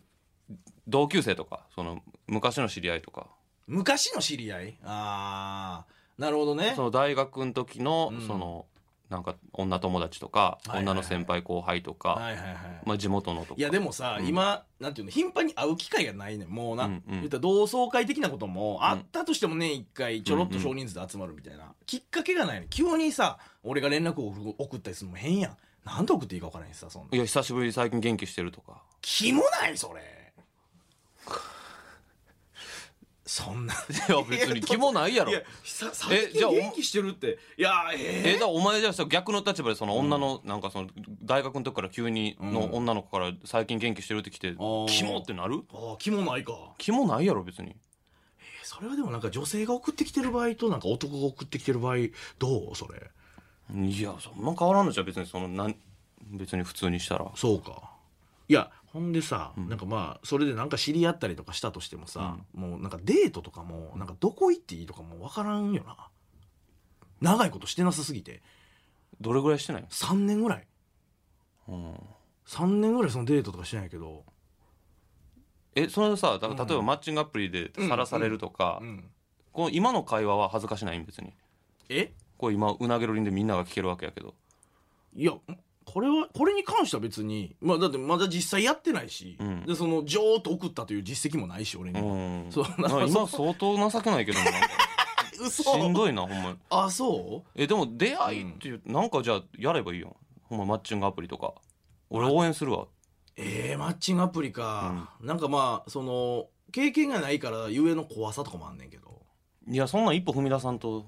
[SPEAKER 1] 同級生とかその昔の知り合いとか
[SPEAKER 2] 昔の知り合いあーなるほどね
[SPEAKER 1] その大学の時の、
[SPEAKER 2] うん
[SPEAKER 1] そのなんか女友達とか、
[SPEAKER 2] はいはいはい
[SPEAKER 1] 女の先輩後輩とか、
[SPEAKER 2] はいはいはい
[SPEAKER 1] まあ、地元のとか
[SPEAKER 2] いやでもさ、
[SPEAKER 1] うん
[SPEAKER 2] 今なんていうの頻繁に会う機会がないねんもうな、
[SPEAKER 1] うんうん
[SPEAKER 2] 言ったら同窓会的なこともあったとしても年一回ちょろっと少人数で集まるみたいな、きっかけがないねん急にさ俺が連絡を送送ったりするのも変やんなんで送っていいか分からへんしさそん
[SPEAKER 1] い
[SPEAKER 2] な
[SPEAKER 1] や久しぶりに最近元気してるとか
[SPEAKER 2] 気もないそれそんない
[SPEAKER 1] や別に気もないやろ
[SPEAKER 2] いやさ最
[SPEAKER 1] えじ
[SPEAKER 2] 近
[SPEAKER 1] ゃあお
[SPEAKER 2] 元気してるっていやー
[SPEAKER 1] え
[SPEAKER 2] え
[SPEAKER 1] だからお前じゃあさ逆の立場でその女の、なんかその大学の時から急にの女の子から最近元気してるって来て、
[SPEAKER 2] ー
[SPEAKER 1] キモってなる
[SPEAKER 2] ー、ああ気もないか
[SPEAKER 1] キモないやろ別に
[SPEAKER 2] えそれはでもなんか女性が送ってきてる場合となんか男が送ってきてる場合どうそれ
[SPEAKER 1] いやそんな変わらんのじゃん別にそのなん別に普通にしたら
[SPEAKER 2] そうかいやほんでさ、なんかまあそれでなんか知り合ったりとかしたとしてもさ、もうなんかデートとかもなんかどこ行っていいとかも分からんよな長いことしてなさすぎて
[SPEAKER 1] どれぐらいしてない
[SPEAKER 2] 3年ぐらい
[SPEAKER 1] うん
[SPEAKER 2] 3年ぐらいそのデートとかしてないけど
[SPEAKER 1] えそのさだから例え
[SPEAKER 2] う
[SPEAKER 1] ば
[SPEAKER 2] ん
[SPEAKER 1] マッチングアプリでさらされるとか、
[SPEAKER 2] ん
[SPEAKER 1] この今の会話は恥ずかしないん別に
[SPEAKER 2] え
[SPEAKER 1] こう今うなげろりんでみんなが聞けるわけやけど
[SPEAKER 2] いやこれはこれに関しては別にまあだってまだ実際やってないし、
[SPEAKER 1] うん
[SPEAKER 2] でそのジョーッと送ったという実績もないし俺
[SPEAKER 1] う
[SPEAKER 2] には、
[SPEAKER 1] ん
[SPEAKER 2] そう
[SPEAKER 1] なんか今相当情けないけどな なんかしんどいなほんま
[SPEAKER 2] あそう
[SPEAKER 1] えでも出会いっていう、なんかじゃあやればいいよほんまマッチングアプリとか俺応援するわ
[SPEAKER 2] えー、マッチングアプリか、なんかまあその経験がないからゆえの怖さとかもあんねんけど
[SPEAKER 1] いやそんなん一歩踏み出さんと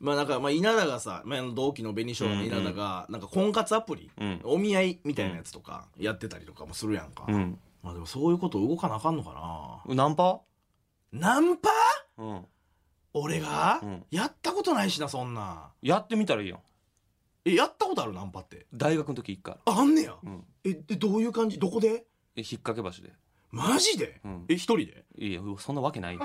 [SPEAKER 2] まあなんかまあ稲田がさ、まあ、あの同期の紅しょうがの稲田がなんか婚活アプリ、
[SPEAKER 1] うん
[SPEAKER 2] お見合いみたいなやつとかやってたりとかもするやんか、
[SPEAKER 1] うん
[SPEAKER 2] まあでもそういうこと動かなあかんのか
[SPEAKER 1] ナンパ
[SPEAKER 2] なナンパ
[SPEAKER 1] うん
[SPEAKER 2] 俺が、
[SPEAKER 1] うん
[SPEAKER 2] やったことないしなそんな
[SPEAKER 1] やってみたらいいやん
[SPEAKER 2] えやったことあるナンパって
[SPEAKER 1] 大学の時一回ある
[SPEAKER 2] ああんねや、
[SPEAKER 1] うん
[SPEAKER 2] えでどういう感じどこで
[SPEAKER 1] え引っ掛け橋で
[SPEAKER 2] マジで、
[SPEAKER 1] うん
[SPEAKER 2] え一人で
[SPEAKER 1] いやそんなわけないよ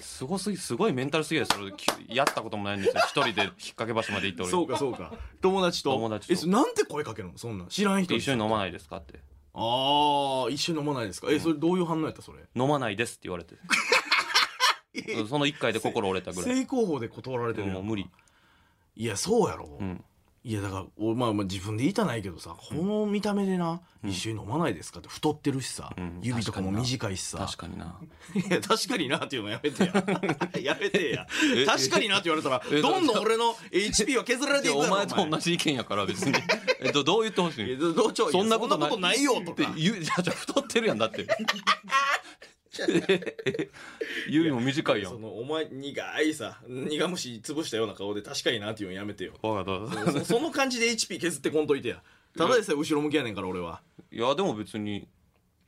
[SPEAKER 1] すごすぎすごいメンタルすぎるそれきやったこともないんですよ一人で引っ掛け橋まで行って俺
[SPEAKER 2] そうかそうか友達と
[SPEAKER 1] 友達と
[SPEAKER 2] えそなんて声かけるのそんなん知らん人
[SPEAKER 1] で
[SPEAKER 2] に
[SPEAKER 1] 一緒に飲まないですかって
[SPEAKER 2] ああ一緒に飲まないですかえそれどういう反応やったそれ
[SPEAKER 1] 飲まないですって言われてうんその1回で心折れたぐらい
[SPEAKER 2] 正攻法で断られてるやん
[SPEAKER 1] もう無理
[SPEAKER 2] いやそうやろ、
[SPEAKER 1] うん
[SPEAKER 2] いやだから俺、まあ、まあ自分で言いたないけどさこの見た目でな、
[SPEAKER 1] ん
[SPEAKER 2] 一緒に飲まないですかって太ってるしさ、
[SPEAKER 1] うん
[SPEAKER 2] 指とかも短いしさ
[SPEAKER 1] 確かにない
[SPEAKER 2] や確かになっていうのやめてや やめてや
[SPEAKER 1] え
[SPEAKER 2] 確かになって言われたら
[SPEAKER 1] え
[SPEAKER 2] どんどん俺の HP は削られ
[SPEAKER 1] い
[SPEAKER 2] てい
[SPEAKER 1] や
[SPEAKER 2] く
[SPEAKER 1] お
[SPEAKER 2] だろ
[SPEAKER 1] 前と同じ意見やから別にえっとどう言ってほし
[SPEAKER 2] いや
[SPEAKER 1] い
[SPEAKER 2] どうちょい
[SPEAKER 1] そんな
[SPEAKER 2] や
[SPEAKER 1] ことない
[SPEAKER 2] ないよと
[SPEAKER 1] って
[SPEAKER 2] か
[SPEAKER 1] 言うじゃあじゃあ太ってるやんだって指も短いや
[SPEAKER 2] そ
[SPEAKER 1] ん
[SPEAKER 2] のお前苦いさ苦虫潰したような顔で確かになっていうのやめてよ
[SPEAKER 1] わかった
[SPEAKER 2] そその感じで HP 削ってこんといてやただでさえ後ろ向きやねんから俺はい
[SPEAKER 1] やでも別に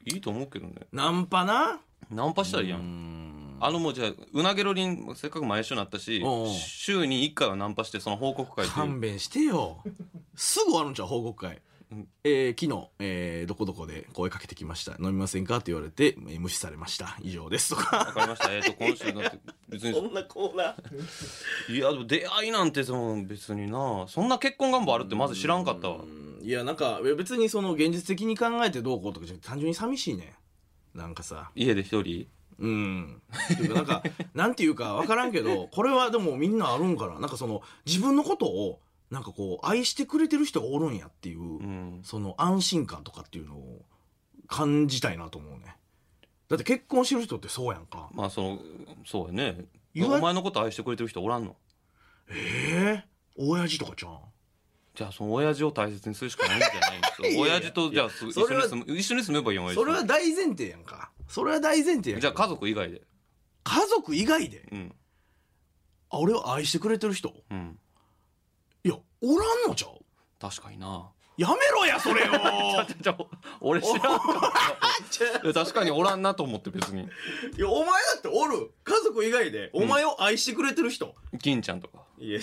[SPEAKER 1] いいと思うけどね
[SPEAKER 2] ナンパな
[SPEAKER 1] ナンパしたらいいや
[SPEAKER 2] うんん
[SPEAKER 1] あのもうじゃあうなげろりんせっかく毎週になったし
[SPEAKER 2] おうおう
[SPEAKER 1] 週に1回はナンパしてその報告会っていう
[SPEAKER 2] 勘弁してよすぐ終わるんちゃう報告会
[SPEAKER 1] うん
[SPEAKER 2] えー昨日、えーどこどこで声かけてきました飲みませんかって言われて、えー無視されました以上ですと
[SPEAKER 1] わ
[SPEAKER 2] か
[SPEAKER 1] かりましたえっと今週だって別に
[SPEAKER 2] んなコーナー
[SPEAKER 1] いやでも出会いなんてその別になそんな結婚願望あるってまず知らんかった
[SPEAKER 2] う
[SPEAKER 1] わ
[SPEAKER 2] んいやなんかいや別にその現実的に考えてどうこうとかじゃなくて単純に寂しいねなんかさ
[SPEAKER 1] 家で一人
[SPEAKER 2] うん、っていうかなん かなんていうか分からんけどこれはでもみんなあるんかななんかその自分のことをなんかこう愛してくれてる人がおるんやっていう、
[SPEAKER 1] うん、
[SPEAKER 2] その安心感とかっていうのを感じたいなと思うねだって結婚してる人ってそうやんか
[SPEAKER 1] まあそのそうやね
[SPEAKER 2] 言わ
[SPEAKER 1] お前のこと愛してくれてる人おらんの
[SPEAKER 2] ええ親父とかじゃん
[SPEAKER 1] じゃあその親父を大切にするしかないんじゃないんです よ
[SPEAKER 2] いやいや
[SPEAKER 1] 親父とじゃあす一
[SPEAKER 2] そ
[SPEAKER 1] 緒
[SPEAKER 2] れは
[SPEAKER 1] に住む一緒に住めばいいよ親父
[SPEAKER 2] そ
[SPEAKER 1] と
[SPEAKER 2] れは大前提やんかそれは大前提やん
[SPEAKER 1] じゃあ家族以外で
[SPEAKER 2] 家族以外で
[SPEAKER 1] うん
[SPEAKER 2] あ俺を愛してくれてる人
[SPEAKER 1] うん
[SPEAKER 2] いやおらんのちゃう
[SPEAKER 1] 確か にな
[SPEAKER 2] やめろやそれ を
[SPEAKER 1] じゃあ俺知らんかったいや確かにおらんなと思って別に
[SPEAKER 2] いやお前だっておる家族以外でお前を愛してくれてる人、
[SPEAKER 1] 銀ちゃんとか
[SPEAKER 2] いや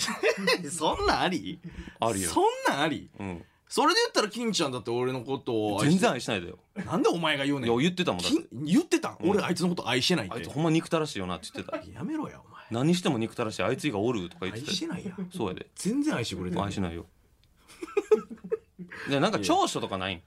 [SPEAKER 2] そんなんあり
[SPEAKER 1] あるよ
[SPEAKER 2] そんなんあり
[SPEAKER 1] うん
[SPEAKER 2] それで言ったら金ちゃんだって俺のことを愛
[SPEAKER 1] 全
[SPEAKER 2] して
[SPEAKER 1] 然愛しないだよ
[SPEAKER 2] なんでお前が言う
[SPEAKER 1] い
[SPEAKER 2] ねん
[SPEAKER 1] や言ってたもんだって
[SPEAKER 2] 金言ってたん、
[SPEAKER 1] うん
[SPEAKER 2] 俺あいつのこと愛してないって
[SPEAKER 1] あいつほんま憎たらしいよなって言ってた
[SPEAKER 2] やめろやお
[SPEAKER 1] 何しても憎たらしいあいつ以外おるとか言
[SPEAKER 2] 前
[SPEAKER 1] って
[SPEAKER 2] 愛
[SPEAKER 1] た
[SPEAKER 2] してないやん
[SPEAKER 1] そうやで
[SPEAKER 2] 全然愛してくれてな
[SPEAKER 1] 愛
[SPEAKER 2] い
[SPEAKER 1] しないよでなんか長所とかないん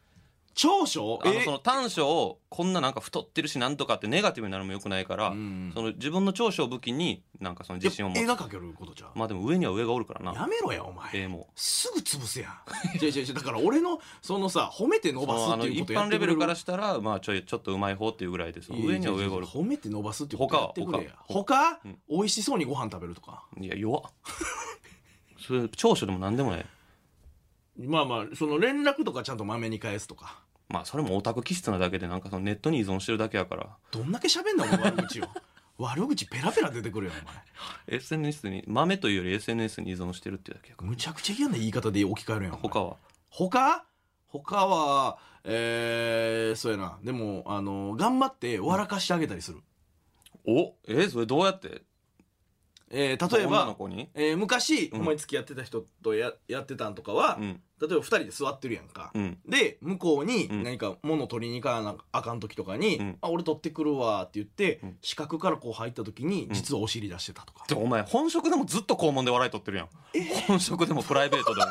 [SPEAKER 2] 長所
[SPEAKER 1] あのその短所をこんななんか太ってるしなんとかってネガティブになるのもよくないから、
[SPEAKER 2] うん
[SPEAKER 1] その自分の長所を武器になんかその自信を持
[SPEAKER 2] いや
[SPEAKER 1] つ
[SPEAKER 2] 映画かけることじゃん、
[SPEAKER 1] まあでも上には上がおるから
[SPEAKER 2] や
[SPEAKER 1] な
[SPEAKER 2] めろやお前
[SPEAKER 1] ええも
[SPEAKER 2] すぐ潰すやん違う違う違うだから俺のそのさ褒めて伸
[SPEAKER 1] う
[SPEAKER 2] ばす
[SPEAKER 1] そのあ
[SPEAKER 2] って
[SPEAKER 1] の
[SPEAKER 2] いうこ
[SPEAKER 1] 一
[SPEAKER 2] とやっ
[SPEAKER 1] 般
[SPEAKER 2] て
[SPEAKER 1] レ
[SPEAKER 2] く
[SPEAKER 1] ベ
[SPEAKER 2] れ
[SPEAKER 1] ル
[SPEAKER 2] る
[SPEAKER 1] からしたらまあちょいちょっとうまい方っていうぐらいでその上には上がおる
[SPEAKER 2] 褒めて伸ばすっていうことやってくれや他
[SPEAKER 1] うん
[SPEAKER 2] 美味しそうにご飯食べるとか
[SPEAKER 1] いや弱っ それ長所でも何でもない
[SPEAKER 2] まあまあその連絡とかちゃんとまめに返すとか
[SPEAKER 1] まあそれもオタク気質なだけでなんかそのネットに依存してるだけやから
[SPEAKER 2] どんだけ喋んだお前悪口を悪口ペラペラ出てくるよお
[SPEAKER 1] SNS に豆というより SNS に依存してるってだけやか
[SPEAKER 2] 前むちゃくちゃ嫌な言い方で置き換えるやん
[SPEAKER 1] ら
[SPEAKER 2] お前
[SPEAKER 1] 他は
[SPEAKER 2] 他他はえー、そうやなでもあの頑張って笑かしてあげたりする、
[SPEAKER 1] おえそれどうやって
[SPEAKER 2] えー例え
[SPEAKER 1] 女の
[SPEAKER 2] ば、
[SPEAKER 1] 子に
[SPEAKER 2] えー昔、
[SPEAKER 1] うん
[SPEAKER 2] お前付き合ってた人とややってたんとかは、
[SPEAKER 1] うん
[SPEAKER 2] 例えば2人で座ってるやんか、
[SPEAKER 1] うん
[SPEAKER 2] で向こうに
[SPEAKER 1] うん
[SPEAKER 2] 何か物取りに行かなあかん時とかに「
[SPEAKER 1] うん
[SPEAKER 2] あ俺取ってくるわ」って言って、
[SPEAKER 1] うん
[SPEAKER 2] 四角からこう入った時に
[SPEAKER 1] ん
[SPEAKER 2] 実はお尻出してたとか、
[SPEAKER 1] でもお前本職でもずっと肛門で笑い取ってるやん、本職でもプライベートでも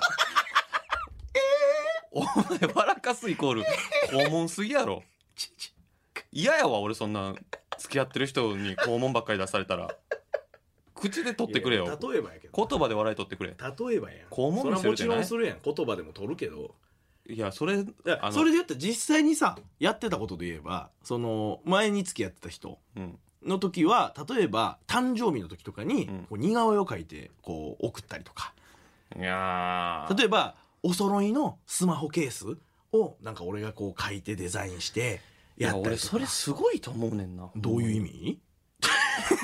[SPEAKER 1] お前笑かすイコール肛門すぎやろ
[SPEAKER 2] ちち
[SPEAKER 1] 嫌やわ俺そんな付き合ってる人に肛門ばっかり出されたら口で取ってくれよ
[SPEAKER 2] いや例えばやけど
[SPEAKER 1] 言葉で笑い取ってくれ
[SPEAKER 2] 例えばやん
[SPEAKER 1] 肛門
[SPEAKER 2] それは
[SPEAKER 1] 見せる
[SPEAKER 2] も
[SPEAKER 1] じ
[SPEAKER 2] ち
[SPEAKER 1] ゃない
[SPEAKER 2] ろんするやん言葉でも取るけど
[SPEAKER 1] いやそれ
[SPEAKER 2] いや
[SPEAKER 1] あの
[SPEAKER 2] それで言ったら実際にさやってたことで言えばその前に付き合ってた人
[SPEAKER 1] うん
[SPEAKER 2] の時は例えば誕生日の時とかに
[SPEAKER 1] うん
[SPEAKER 2] こう似顔絵を描いてこう送ったりとか
[SPEAKER 1] いやー
[SPEAKER 2] 例えばお揃いのスマホケースをなんか俺がこう書いてデザインして
[SPEAKER 1] い
[SPEAKER 2] や
[SPEAKER 1] や
[SPEAKER 2] った
[SPEAKER 1] 俺
[SPEAKER 2] りと
[SPEAKER 1] そ
[SPEAKER 2] か
[SPEAKER 1] れすごいと思うねんな
[SPEAKER 2] どういう意味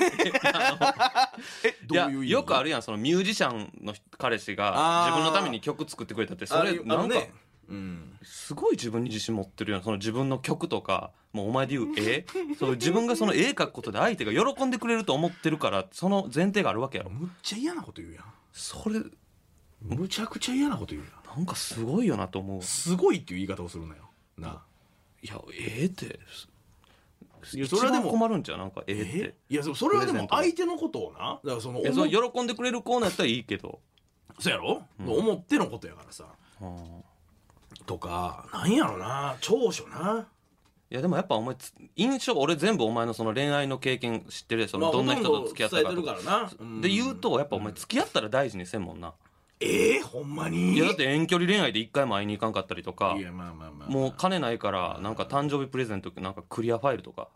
[SPEAKER 2] え
[SPEAKER 1] い
[SPEAKER 2] どう
[SPEAKER 1] や
[SPEAKER 2] いう意味
[SPEAKER 1] よくあるやんそのミュージシャンの彼氏が
[SPEAKER 2] あー
[SPEAKER 1] 自分のために曲作ってくれたってそ
[SPEAKER 2] あ
[SPEAKER 1] れ
[SPEAKER 2] る
[SPEAKER 1] な
[SPEAKER 2] あ
[SPEAKER 1] ん
[SPEAKER 2] る
[SPEAKER 1] か
[SPEAKER 2] ねうん
[SPEAKER 1] すごい自分に自信持ってるようなその自分の曲とかもうお前で言う 絵そう自分がその絵描くことで相手が喜んでくれると思ってるからその前提があるわけやろ
[SPEAKER 2] むっちゃ嫌なこと言うやん
[SPEAKER 1] それ
[SPEAKER 2] むちゃくちゃ嫌なこと言うやん
[SPEAKER 1] なんかすごいよなと思う
[SPEAKER 2] すごいっていう言い方をするなよなあ
[SPEAKER 1] いや絵って
[SPEAKER 2] いや
[SPEAKER 1] そ
[SPEAKER 2] そ
[SPEAKER 1] れ
[SPEAKER 2] れはで
[SPEAKER 1] はで
[SPEAKER 2] も
[SPEAKER 1] も困るんじゃうなんか絵って
[SPEAKER 2] えいやそそれはで
[SPEAKER 1] プレゼ
[SPEAKER 2] も
[SPEAKER 1] ント
[SPEAKER 2] 相手のことをなだからその
[SPEAKER 1] いや
[SPEAKER 2] 思
[SPEAKER 1] そ
[SPEAKER 2] っ
[SPEAKER 1] の喜んでくれる子のやったらいいけど、
[SPEAKER 2] そうやろ、
[SPEAKER 1] うん
[SPEAKER 2] 思ってのことやからさ
[SPEAKER 1] うんい
[SPEAKER 2] とかなんやろな長所な
[SPEAKER 1] やでもやっぱお前つ印象俺全部お前のその恋愛の経験知ってるやんそのどんな人と付き合った
[SPEAKER 2] ま
[SPEAKER 1] か
[SPEAKER 2] あほと
[SPEAKER 1] と
[SPEAKER 2] んど
[SPEAKER 1] か
[SPEAKER 2] 伝えてるからな、ん
[SPEAKER 1] で言うとやっぱお前付き合ったら大事にせんもんな、
[SPEAKER 2] ええほんまに
[SPEAKER 1] いやだって遠距離恋愛で一回も会いに行かんかったりとか
[SPEAKER 2] いやまあまあまあ
[SPEAKER 1] もう金ないからなんか誕生日プレゼントなんかクリアファイルとか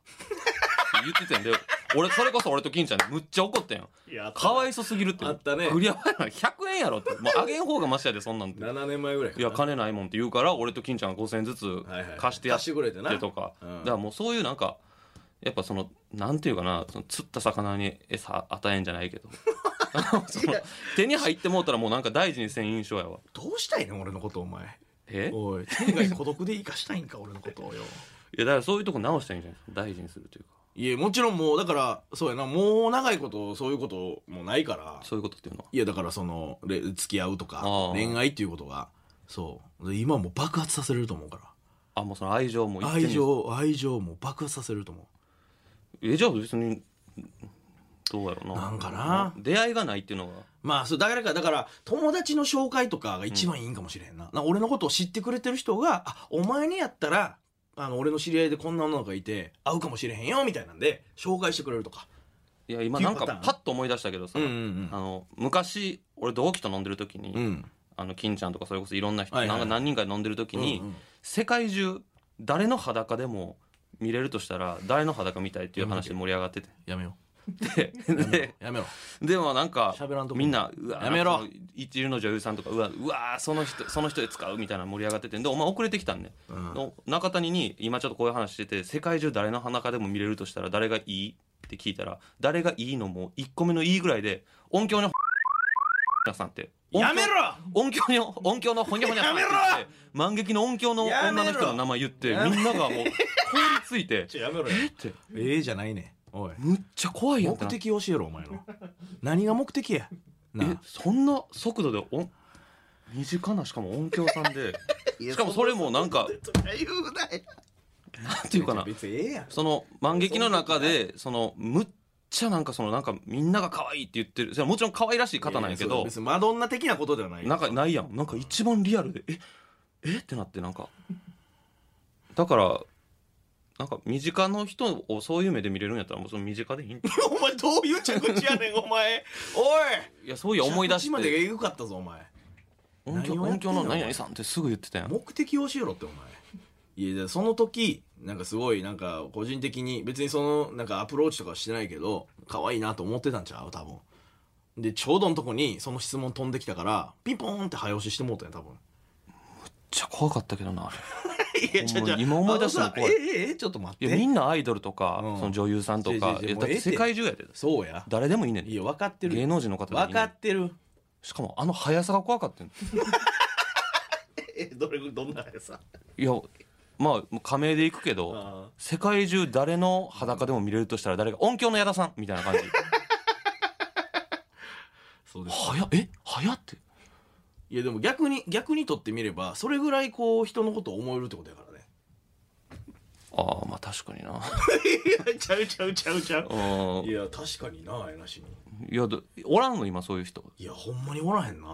[SPEAKER 1] 言ってたんで俺それこそ俺と金ちゃんにむっちゃ怒ったやん
[SPEAKER 2] いや
[SPEAKER 1] かわいそすぎるって
[SPEAKER 2] あったね
[SPEAKER 1] クリアファイルなんか100円やろってもうあげん方がマシやでそんなんて
[SPEAKER 2] 7年前ぐらいか
[SPEAKER 1] いや金ないもんって言うから俺と金ちゃんが5000円ずつ
[SPEAKER 2] はいはい
[SPEAKER 1] 貸してやっ
[SPEAKER 2] 貸してくれてな
[SPEAKER 1] てとか、
[SPEAKER 2] うん
[SPEAKER 1] だからもうそういうなんかやっぱそのなんていうかなその釣った魚に餌与えんじゃないけどその手に入ってもうたらもうなんか大事にせん印象やわ
[SPEAKER 2] どうしたいねん俺のことお前
[SPEAKER 1] え
[SPEAKER 2] おい天外孤独で生かしたいんか俺のことをよ
[SPEAKER 1] いやだからそういうとこ直したらいいんじゃないですか大事にするというか
[SPEAKER 2] いやもちろんもうだからそうやなもう長いことそういうこともないから
[SPEAKER 1] そういうことっていうのはい
[SPEAKER 2] やだからそのれ付き合うとか
[SPEAKER 1] あー
[SPEAKER 2] 恋愛っていうことがそうで今もう爆発させれると思うか
[SPEAKER 1] あもうその愛情も
[SPEAKER 2] ら
[SPEAKER 1] 一点に
[SPEAKER 2] 愛情愛情もう爆発させれると思
[SPEAKER 1] えじゃあ別にどうやろうな
[SPEAKER 2] なんかな
[SPEAKER 1] 出会いがないっていうのは
[SPEAKER 2] うまあそう誰かだから友達の紹介とかが一番いいんかもしれへんな,、な俺のことを知ってくれてる人が「あお前にやったらあの俺の知り合いでこんな女の子がいて会うかもしれへんよみたいなんで紹介してくれるとか
[SPEAKER 1] いや今なんか
[SPEAKER 2] っていうパターン
[SPEAKER 1] パッと思い出したけどさ、
[SPEAKER 2] うんうん
[SPEAKER 1] あの昔俺同期と飲んでる時に、
[SPEAKER 2] うんうん
[SPEAKER 1] あの金ちゃんとかそれこそいろんな人、
[SPEAKER 2] はいはい
[SPEAKER 1] なんか何人かで飲んでる時に、
[SPEAKER 2] うんうん
[SPEAKER 1] 世界中誰の裸でも見れるとしたら誰の裸見たいっていう話で盛り上がってて
[SPEAKER 2] やめよ
[SPEAKER 1] で
[SPEAKER 2] う
[SPEAKER 1] で
[SPEAKER 2] やめろ
[SPEAKER 1] でもなんか
[SPEAKER 2] 喋らんとこ
[SPEAKER 1] みんなうわ
[SPEAKER 2] やめろ
[SPEAKER 1] その一流の女優さんとかうわうわその人その人で使うみたいなの盛り上がっててでお前遅れてきたんね、
[SPEAKER 2] うん
[SPEAKER 1] の中谷に今ちょっとこういう話してて世界中誰の裸でも見れるとしたら誰がいいって聞いたら誰がいいのも1個目のいいぐらいで音響のさんって
[SPEAKER 2] やめろ
[SPEAKER 1] 音響に音響のほにゃほにゃさんって言
[SPEAKER 2] や
[SPEAKER 1] って満劇の音響の女の人の名前言ってみ
[SPEAKER 2] やめろ
[SPEAKER 1] んながもう凍りついて
[SPEAKER 2] やめろ
[SPEAKER 1] えって
[SPEAKER 2] ええじゃないねおい
[SPEAKER 1] むっちゃ怖いやんっ
[SPEAKER 2] 目
[SPEAKER 1] てなって
[SPEAKER 2] 的教えろお前の 何が目的や
[SPEAKER 1] え
[SPEAKER 2] な
[SPEAKER 1] そんな速度で音身近なしかも音響さんで しかもそれもなんか
[SPEAKER 2] 言うなっ
[SPEAKER 1] なんていうかな
[SPEAKER 2] 別にええやん
[SPEAKER 1] その満劇の中でそのむっちゃなんかそのなんかみんなが可愛いって言ってるそれはもちろん可愛らしい方なんやけ
[SPEAKER 2] いやいやそ
[SPEAKER 1] ど
[SPEAKER 2] う別にマドンナ的なことではない
[SPEAKER 1] なんかないやんなんか一番リアルでええってなってなんかだからなんか身近の人をそういう目で見れるんやったらもうその身近でいいん
[SPEAKER 2] お前どういう着地やねんお前おい
[SPEAKER 1] いやそういや思い出し
[SPEAKER 2] 着地まで
[SPEAKER 1] て
[SPEAKER 2] えぐかったぞお前
[SPEAKER 1] 音響
[SPEAKER 2] 何をやっ
[SPEAKER 1] 音
[SPEAKER 2] てん
[SPEAKER 1] 響
[SPEAKER 2] の
[SPEAKER 1] の何々さんってすぐ言ってたやん
[SPEAKER 2] 目的教えろってお前いやじゃあその時なんかすごいなんか個人的に別にそのなんかアプローチとかはしてないけど可愛いなと思ってたんちゃう多分でちょうどのとこにその質問飛んできたからピンポーンって早押ししてもうたんや多分
[SPEAKER 1] めっちゃ怖かったけどなあれ
[SPEAKER 2] いや
[SPEAKER 1] もう今思い出したの
[SPEAKER 2] あのさ
[SPEAKER 1] 怖い
[SPEAKER 2] ええええちょっと待って
[SPEAKER 1] いやみんなアイドルとか、
[SPEAKER 2] うん
[SPEAKER 1] その女優さんとか
[SPEAKER 2] 違う違う違う
[SPEAKER 1] いや
[SPEAKER 2] もう
[SPEAKER 1] だっ
[SPEAKER 2] ええ
[SPEAKER 1] て
[SPEAKER 2] って
[SPEAKER 1] 世界中やで
[SPEAKER 2] そうや
[SPEAKER 1] 誰でもいいねん
[SPEAKER 2] いや分かってる
[SPEAKER 1] 芸能人の方でもいいね
[SPEAKER 2] 分
[SPEAKER 1] ん
[SPEAKER 2] かってる
[SPEAKER 1] しかもあの速さが怖かったん
[SPEAKER 2] えどれどんなやさ
[SPEAKER 1] いやまあもう仮名でいくけど
[SPEAKER 2] あ
[SPEAKER 1] 世界中誰の裸でも見れるとしたら誰が音響の矢田さんみたいな感じ
[SPEAKER 2] そうです
[SPEAKER 1] 早っえ早って
[SPEAKER 2] いやでも逆に逆にとってみればそれぐらいこう人のことを思えるってことやからね
[SPEAKER 1] ああまあ確かにない
[SPEAKER 2] やちゃうちゃうちゃうちゃう
[SPEAKER 1] うん
[SPEAKER 2] いや確かになえなしに
[SPEAKER 1] いやだおらんの今そういう人
[SPEAKER 2] いやほんまにおらへんな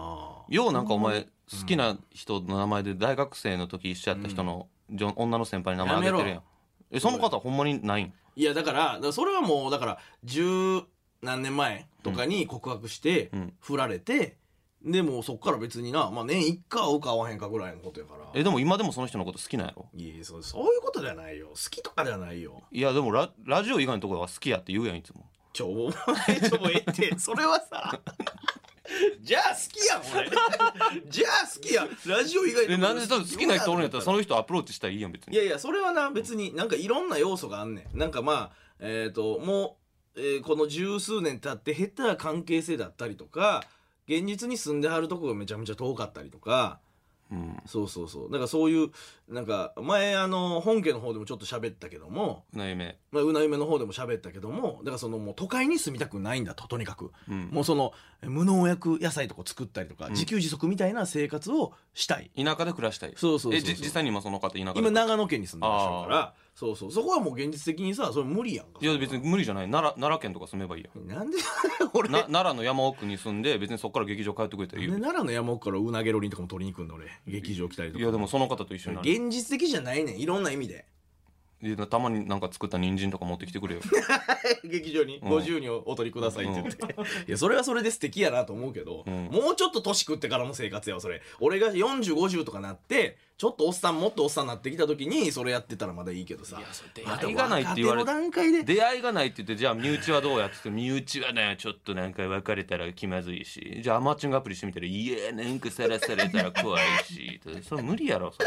[SPEAKER 1] ようなんかお前好きな人の名前で大学生の時一緒やった人の、じょ女の先輩に名前挙げてるやん
[SPEAKER 2] や
[SPEAKER 1] えその方はほんまにないん
[SPEAKER 2] いやだからだからそれはもうだから十何年前とかに告白して、
[SPEAKER 1] うん
[SPEAKER 2] 振られてでもうそっから別にな、まあ、年一回会うか会わへんかぐらいのことやから
[SPEAKER 1] えでも今でもその人のこと好きなんやろ
[SPEAKER 2] いやそうそういうことじゃないよ好きとかじゃないよ
[SPEAKER 1] いやでもララジオ以外のところは好きやって言うやんいつも
[SPEAKER 2] ちょ、お前、ちょ、もうええ って、それはさ、じゃあ好きやん、俺。じゃあ好きやん。ラジオ以外
[SPEAKER 1] えなんで多分好きな人おるんやったらそ
[SPEAKER 2] の。
[SPEAKER 1] の人アプローチしたらいいやん別
[SPEAKER 2] い
[SPEAKER 1] に
[SPEAKER 2] やいや、それはな、別になんかいろんな要素があんねん。なんかまあ、えっ、と、もう、えーこの十数年経って減った関係性だったりとか、現実に住んではるとこがめちゃめちゃ遠かったりとか、
[SPEAKER 1] うん
[SPEAKER 2] そうそうそう。なんかそういう、なんか、前、あの、本家の方でもちょっと喋ったけども、
[SPEAKER 1] な夢
[SPEAKER 2] まあ、うなゆめの方でも喋ったけども、だからそのもう都会に住みたくないんだと、とにかく。
[SPEAKER 1] うん
[SPEAKER 2] もうその無農薬野菜とか作ったりとか、
[SPEAKER 1] ん
[SPEAKER 2] 自給自足みたいな生活をしたい。
[SPEAKER 1] 田舎で暮らしたい
[SPEAKER 2] そうそうそう
[SPEAKER 1] え
[SPEAKER 2] そう
[SPEAKER 1] じ実際に今その方田舎で
[SPEAKER 2] 今長野県に住んでらっしゃるから、そうそう。そこはもう現実的にさ、それ無理やんか。
[SPEAKER 1] いや別に無理じゃない奈良奈良県とか住めばいいやん
[SPEAKER 2] なんで、俺、
[SPEAKER 1] な
[SPEAKER 2] なん
[SPEAKER 1] 奈良の山奥に住んで別にそこから劇場帰ってくれたらいい
[SPEAKER 2] で
[SPEAKER 1] よ
[SPEAKER 2] 奈良の山奥からうなげろりんとかも取りに行くんだ俺。劇場来たりと
[SPEAKER 1] い
[SPEAKER 2] か。
[SPEAKER 1] やでもその方と一緒になる
[SPEAKER 2] 現実的じゃないねん。いろんな意味で。
[SPEAKER 1] いやたまになんか作った人参とか持ってきてく れよ
[SPEAKER 2] 劇場に
[SPEAKER 1] うん
[SPEAKER 2] 50人お取りくださいって言って、いやそれはそれで素敵やなと思うけど、
[SPEAKER 1] うん
[SPEAKER 2] もうちょっと年食ってからの生活やわそれ俺が4050とかなってちょっとおっさんもっとおっさんになってきた時にそれやってたらまだいいけどさ
[SPEAKER 1] いやそれ出
[SPEAKER 2] また
[SPEAKER 1] 会いがないって言われて
[SPEAKER 2] 若手の段階で
[SPEAKER 1] 出会いがないって言ってじゃあ身内はどうやって言って身内はねちょっとなんか別れたら気まずいしじゃあアマチュアアプリしてみたらいやなんかさらされたら怖いしそれ無理やろそれ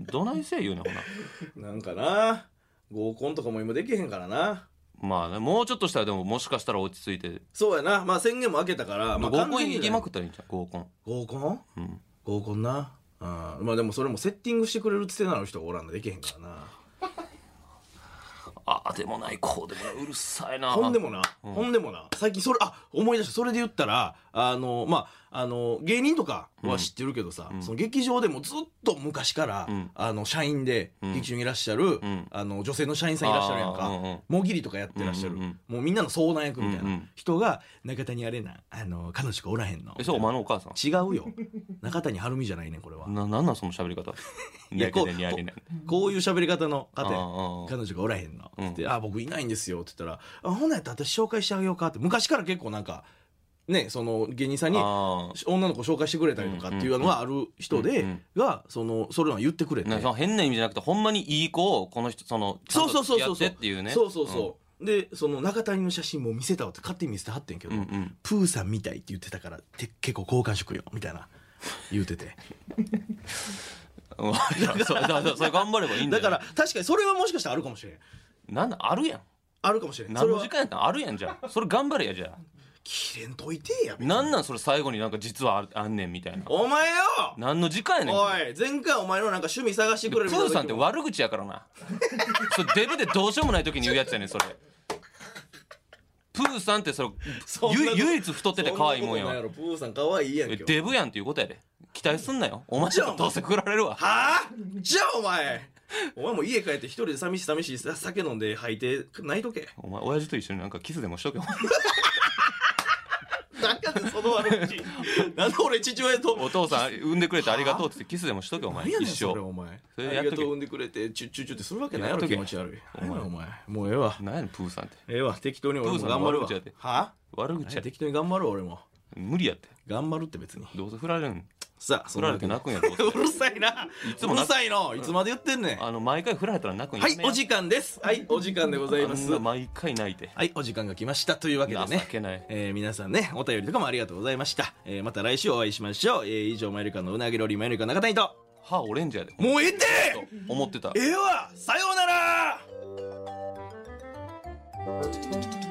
[SPEAKER 1] どないせえ言うねんほな
[SPEAKER 2] なんかな合コンとかも今できへんからな
[SPEAKER 1] まあねもうちょっとしたらでももしかしたら落ち着いて、
[SPEAKER 2] そうやなまあ宣言も明けたから、まあ、
[SPEAKER 1] 合コン行きま
[SPEAKER 2] く
[SPEAKER 1] くったらいいんじゃん合コン、
[SPEAKER 2] 合コン
[SPEAKER 1] うん、
[SPEAKER 2] 合コンなあまあでもそれもセッティングしてくれるつてなの人がおらんのできへんからな
[SPEAKER 1] ああでもないこうでもないうるさいな
[SPEAKER 2] ほんでもな、
[SPEAKER 1] うん
[SPEAKER 2] ほんでもな、最近それ、あ、思い出した。それで言ったら、あの、まあの芸人とかは知ってるけどさ、
[SPEAKER 1] うん
[SPEAKER 2] その劇場でもずっと昔から、
[SPEAKER 1] うん
[SPEAKER 2] あの社員で
[SPEAKER 1] うん
[SPEAKER 2] 劇場にいらっしゃる、
[SPEAKER 1] ん
[SPEAKER 2] あの女性の社員さんいらっしゃるやんか、
[SPEAKER 1] あーうんうん
[SPEAKER 2] もぎりとかやってらっしゃる、
[SPEAKER 1] うんうん
[SPEAKER 2] もうみんなの相談役みたい
[SPEAKER 1] うんう
[SPEAKER 2] なん人が「中谷あれなあの彼女がおらへんの」
[SPEAKER 1] え、そう、お前のお母さん。
[SPEAKER 2] 違うよ中谷晴美じゃないねんこれは、
[SPEAKER 1] な、なんなんその喋り方。
[SPEAKER 2] いやこう
[SPEAKER 1] 中谷ありない
[SPEAKER 2] こういう喋り方の方や
[SPEAKER 1] あーあー
[SPEAKER 2] 彼女がおらへんの」
[SPEAKER 1] うん
[SPEAKER 2] って「あ僕いないんですよ」って言ったら「あほなやったら私紹介してあげようか」って昔から結構なんかねその芸人さんに
[SPEAKER 1] あー
[SPEAKER 2] 女の子紹介してくれたりとかっていうのがある人
[SPEAKER 1] うんう
[SPEAKER 2] で
[SPEAKER 1] ん
[SPEAKER 2] がそのそれを言ってくれて
[SPEAKER 1] なんかその変な意味じゃなくて、ほんまにいい子を、この人、その、ちゃ
[SPEAKER 2] そ
[SPEAKER 1] ん
[SPEAKER 2] うそ
[SPEAKER 1] と
[SPEAKER 2] うそう
[SPEAKER 1] 付き
[SPEAKER 2] そ
[SPEAKER 1] 合
[SPEAKER 2] う
[SPEAKER 1] ってっていうね。
[SPEAKER 2] そうそうそうでその中谷の写真も見せたわって勝手に見せてはってんけど
[SPEAKER 1] うんうん
[SPEAKER 2] プーさんみたいって言ってたからて結構好感触よみたいな言うて て
[SPEAKER 1] うん。うんいやそう、だからそれ頑張ればいいんだ
[SPEAKER 2] だ
[SPEAKER 1] よ。
[SPEAKER 2] から、確かにそれはもしかしたらあるかもしれん
[SPEAKER 1] なんだ、あるやん。
[SPEAKER 2] あるかもしれんそ
[SPEAKER 1] 何
[SPEAKER 2] れ
[SPEAKER 1] の
[SPEAKER 2] は
[SPEAKER 1] 時間やったんあるやんじゃあそれ頑張れやじゃあ
[SPEAKER 2] 切れんといてや
[SPEAKER 1] なんなんそれ最後になんか実はあるあんねんみたいな
[SPEAKER 2] お前よ
[SPEAKER 1] 何の時間やねん
[SPEAKER 2] おい前回お前のなんか趣味探して
[SPEAKER 1] プ
[SPEAKER 2] くれるみたいな
[SPEAKER 1] ーさんって悪口やからなそれデブでどうしようもない時に言うやつやねんそれプーさんってそれ
[SPEAKER 2] そんなこと
[SPEAKER 1] ゆ唯一太ってて可愛いもんや
[SPEAKER 2] そな
[SPEAKER 1] わ
[SPEAKER 2] ことないやろプーさん可愛いやんけ
[SPEAKER 1] デブやんっていうことやで期待すんなよお前らもどうせ食られるわ
[SPEAKER 2] はあじゃあお前お前も家帰って一人で寂しい寂しいさ酒飲んで吐いて泣いとけ
[SPEAKER 1] お前親父と一緒になんかキスでもしとけ よ
[SPEAKER 2] なんかその悪 口なんで俺父親と
[SPEAKER 1] お父さん産んでくれてありがとうって言ってキスでもしとけよお前
[SPEAKER 2] 何やね
[SPEAKER 1] 一
[SPEAKER 2] んそれ
[SPEAKER 1] 生
[SPEAKER 2] お前
[SPEAKER 1] それ
[SPEAKER 2] あ
[SPEAKER 1] やっ
[SPEAKER 2] り
[SPEAKER 1] と
[SPEAKER 2] が
[SPEAKER 1] け
[SPEAKER 2] とう産んでくれてチュッチュッチュッってするわけないや
[SPEAKER 1] やっ
[SPEAKER 2] ろ
[SPEAKER 1] とけ
[SPEAKER 2] 気持ち悪い
[SPEAKER 1] お前
[SPEAKER 2] お前もうええわ
[SPEAKER 1] なんやねんプーさんって
[SPEAKER 2] ええわ適当に俺も頑張るわ
[SPEAKER 1] プーさんの悪口やで
[SPEAKER 2] は
[SPEAKER 1] 悪
[SPEAKER 2] あ
[SPEAKER 1] 口やで
[SPEAKER 2] 適当に頑張ろう俺も
[SPEAKER 1] 無理やって
[SPEAKER 2] 頑張るって別に
[SPEAKER 1] どうせ振られるん
[SPEAKER 2] さあそん
[SPEAKER 1] 振
[SPEAKER 2] な
[SPEAKER 1] ら
[SPEAKER 2] わ
[SPEAKER 1] れ
[SPEAKER 2] け
[SPEAKER 1] て
[SPEAKER 2] で
[SPEAKER 1] 泣くんやどうせ
[SPEAKER 2] うるさいな。
[SPEAKER 1] いつも
[SPEAKER 2] う
[SPEAKER 1] な
[SPEAKER 2] るさいの。いつまで言ってんねん。は
[SPEAKER 1] あの毎回振られたら泣くんや
[SPEAKER 2] い、お時間です。はい、お時間でござい
[SPEAKER 1] 間
[SPEAKER 2] ます。
[SPEAKER 1] 毎回泣いて
[SPEAKER 2] はい、お時間が来ました。というわけで
[SPEAKER 1] 情
[SPEAKER 2] ね。
[SPEAKER 1] けない
[SPEAKER 2] えー皆さんね、お便りとかもありがとうございました。えーまた来週お会いしましょう。えー以上、マイルカのうなぎロリマイルカ中谷と。
[SPEAKER 1] 歯オレンジやで
[SPEAKER 2] もうええって
[SPEAKER 1] と思ってた
[SPEAKER 2] ええわさようなら